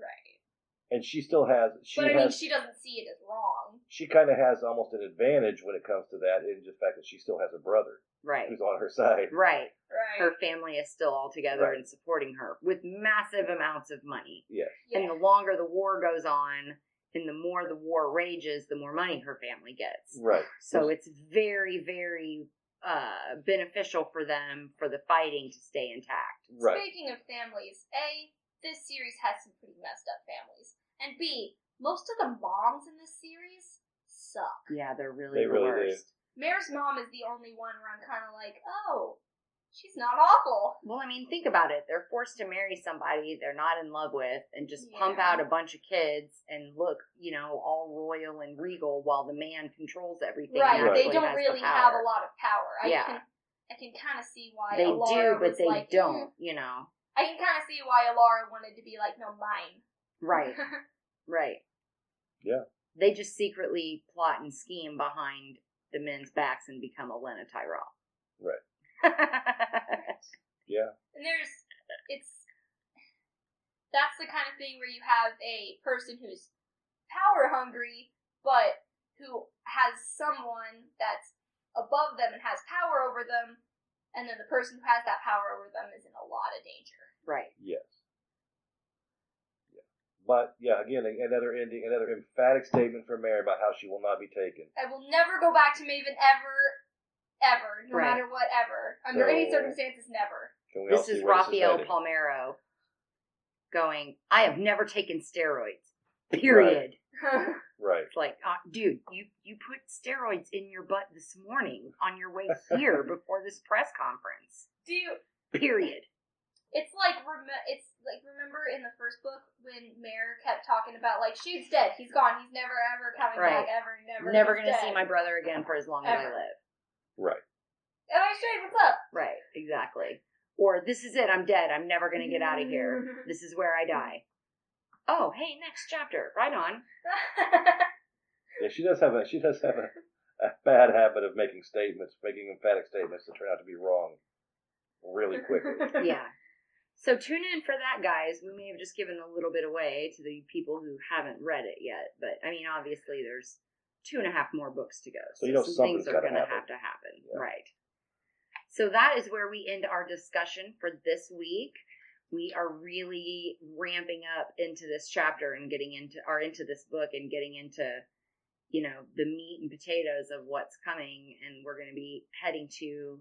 E: And she still has, she
C: but I
E: has,
C: mean, she doesn't see it as wrong.
E: she kind of has almost an advantage when it comes to that in the fact that she still has a brother
D: Right.
E: who's on her side.
D: Right. her
C: Right.
D: family is still all together
E: Right.
D: and supporting her with massive amounts of money. And
C: Yeah.
D: the longer the war goes on, and the more the war rages, the more money her family gets.
E: Right.
D: So it's very, very uh, beneficial for them for the fighting to stay intact.
E: Right.
C: Speaking of families, a this series has some pretty messed up families, and b most of the moms in this series suck.
D: Yeah, they're really
E: They
D: the
E: really do.
D: worst.
C: Mare's mom is the only one where I'm kind of like, oh, she's not awful.
D: Well, I mean, think about it. They're forced to marry somebody they're not in love with and just pump
C: Yeah.
D: out a bunch of kids and look, you know, all royal and regal while the man controls everything. and
C: right, they
D: actually
C: don't
D: has the
C: really have
D: power.
C: a lot of power. I
D: Yeah.
C: can, I can kind of see why
D: they do,
C: Alara
D: but
C: was
D: they
C: like,
D: don't,
C: "Mm."
D: you know.
C: I can kind of see why Alara wanted to be like, no, mine.
D: Right, right.
E: Yeah.
D: They just secretly plot and scheme behind the men's backs and become Elena Tyrell. Right.
E: Yeah.
C: and there's, it's, that's the kind of thing where you have a person who's power hungry, but who has someone that's above them and has power over them, and then the person who has that power over them is in a lot of danger.
D: right.
E: Yes. Yeah. But yeah, again, another ending, another emphatic statement from Mary about how she will not be taken.
C: I will never go back to Maven ever, ever, no
D: Right.
C: matter what, ever, under
E: So-
C: any circumstances, never.
E: Can we all
D: This
E: see
D: is
E: where this
D: Rafael
E: headed?
D: Palmero going, I have never taken steroids. Period.
E: Right.
D: It's like, uh, dude, you, you put steroids in your butt this morning on your way here before this press conference.
C: Do you?
D: Period.
C: It's like rem- it's like remember in the first book when Mare kept talking about like Shade's dead, he's gone, he's never ever coming
D: Right.
C: back, ever, never,
D: Never
C: he's
D: going to
C: dead.
D: see my brother again for as long as I
C: Ever.
D: live.
E: Right.
C: Oh, hey, Shade, what's up?
D: Right, exactly. Or this is it, I'm dead, I'm never gonna
C: Mm-hmm.
D: get out of here. This is where I die. Oh, hey, next chapter. Right on.
E: Yeah, she does have a she does have a, a bad habit of making statements, making emphatic statements that turn out to be wrong really quickly.
D: Yeah. So tune in for that, guys. We may have just given a little bit away to the people who haven't read it yet, but I mean obviously there's two and a half more books to go.
E: So you know
D: some things
E: something's
D: are
E: gotta
D: going to
E: happen.
D: have to happen,
E: Yeah.
D: right? So that is where we end our discussion for this week. We are really ramping up into this chapter and getting into or into this book and getting into you know the meat and potatoes of what's coming, and we're going to be heading to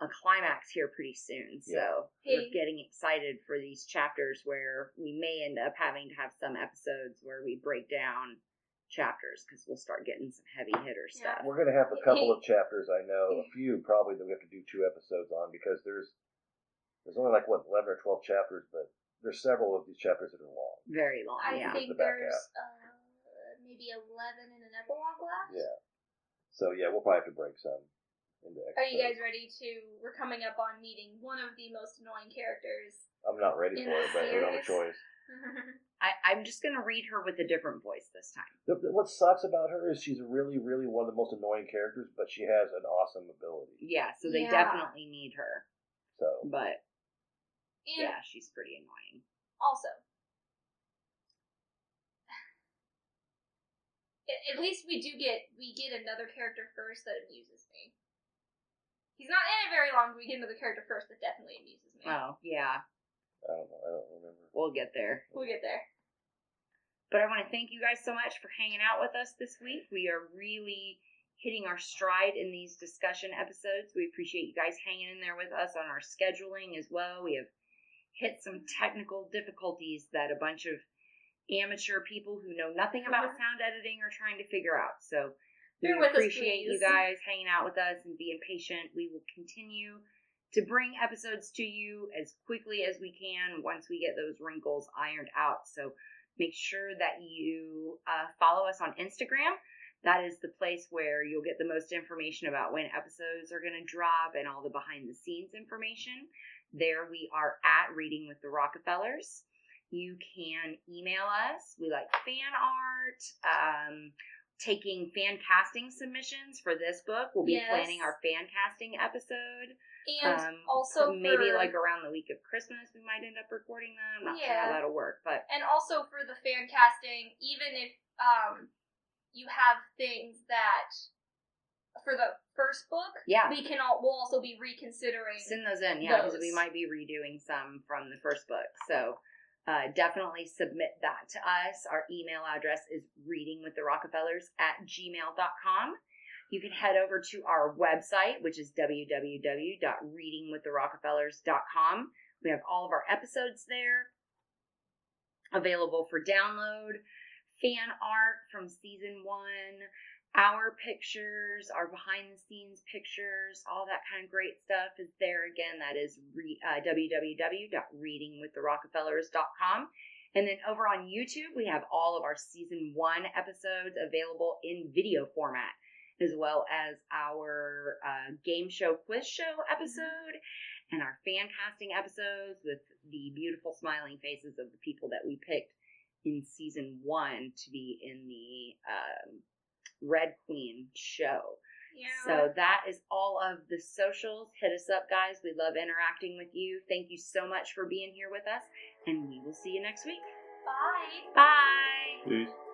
D: a climax here pretty soon. So we're
C: Hey.
D: getting excited for these chapters where we may end up having to have some episodes where we break down chapters because we'll start getting some heavy hitter
C: Yeah.
D: stuff.
E: We're gonna have a couple of chapters I know, a few probably that we have to do two episodes on because there's there's only like what eleven or twelve chapters, but there's several of these chapters that are long.
D: Very long,
C: I
D: yeah.
E: The
C: think
E: back
C: there's uh, maybe eleven in an epilogue left.
E: Yeah. So yeah, we'll probably have to break some into
C: Are you guys
E: episodes.
C: ready to? We're coming up on meeting one of the most annoying characters.
E: I'm not ready for it, but we don't have a choice.
D: I, I'm just gonna read her with a different voice this time.
E: The, the- what sucks about her is she's really, really one of the most annoying characters, but she has an awesome ability.
D: Yeah, so they
C: Yeah.
D: definitely need her,
E: So
D: but
C: and
D: yeah, she's pretty annoying.
C: also, at, at least we do get we get another character first that amuses me. He's not in it very long. But we get another character first that definitely amuses me.
D: Oh, yeah,
E: I don't know. I don't remember.
D: we'll get there.
C: We'll get there.
D: But I want to thank you guys so much for hanging out with us this week. We are really hitting our stride in these discussion episodes. We appreciate you guys hanging in there with us on our scheduling as well. We have hit some technical difficulties that a bunch of amateur people who know nothing about sound editing are trying to figure out. So we
C: Bear with us,
D: appreciate you
C: please.
D: guys hanging out with us and being patient. We will continue to bring episodes to you as quickly as we can once we get those wrinkles ironed out. So make sure that you uh, follow us on Instagram. That is the place where you'll get the most information about when episodes are going to drop and all the behind the scenes information. There we are at Reading with the Rockefellers. You can email us. We like fan art. Um, taking fan casting submissions for this book. We'll be
C: Yes.
D: planning our fan casting episode.
C: And
D: Um,
C: also
D: maybe
C: for-
D: like around the week of Christmas, we might end up recording that. I'm not sure how
C: Yeah.
D: that'll work, but
C: and also for the fan casting, even if um you have things that for the first book,
D: yeah,
C: we can all we'll also be reconsidering.
D: send those in. Yeah, because
C: Those.
D: we might be redoing some from the first book. So uh, definitely submit that to us. Our email address is readingwiththerrockefellers at gmail.com. You can head over to our website, which is www.readingwiththerrockefellers.com. We have all of our episodes there available for download, fan art from season one, our pictures, our behind the scenes pictures, all that kind of great stuff is there. Again, that is re- uh, www.readingwiththerrockefellers.com. And then over on YouTube, we have all of our season one episodes available in video format, as well as our uh, game show quiz show episode and our fan casting episodes with the beautiful smiling faces of the people that we picked in season one to be in the um, Red Queen show.
C: Yeah.
D: So that is all of the socials. Hit us up, guys. We love interacting with you. Thank you so much for being here with us, and we will see you next week.
C: Bye.
D: Bye.
E: Peace.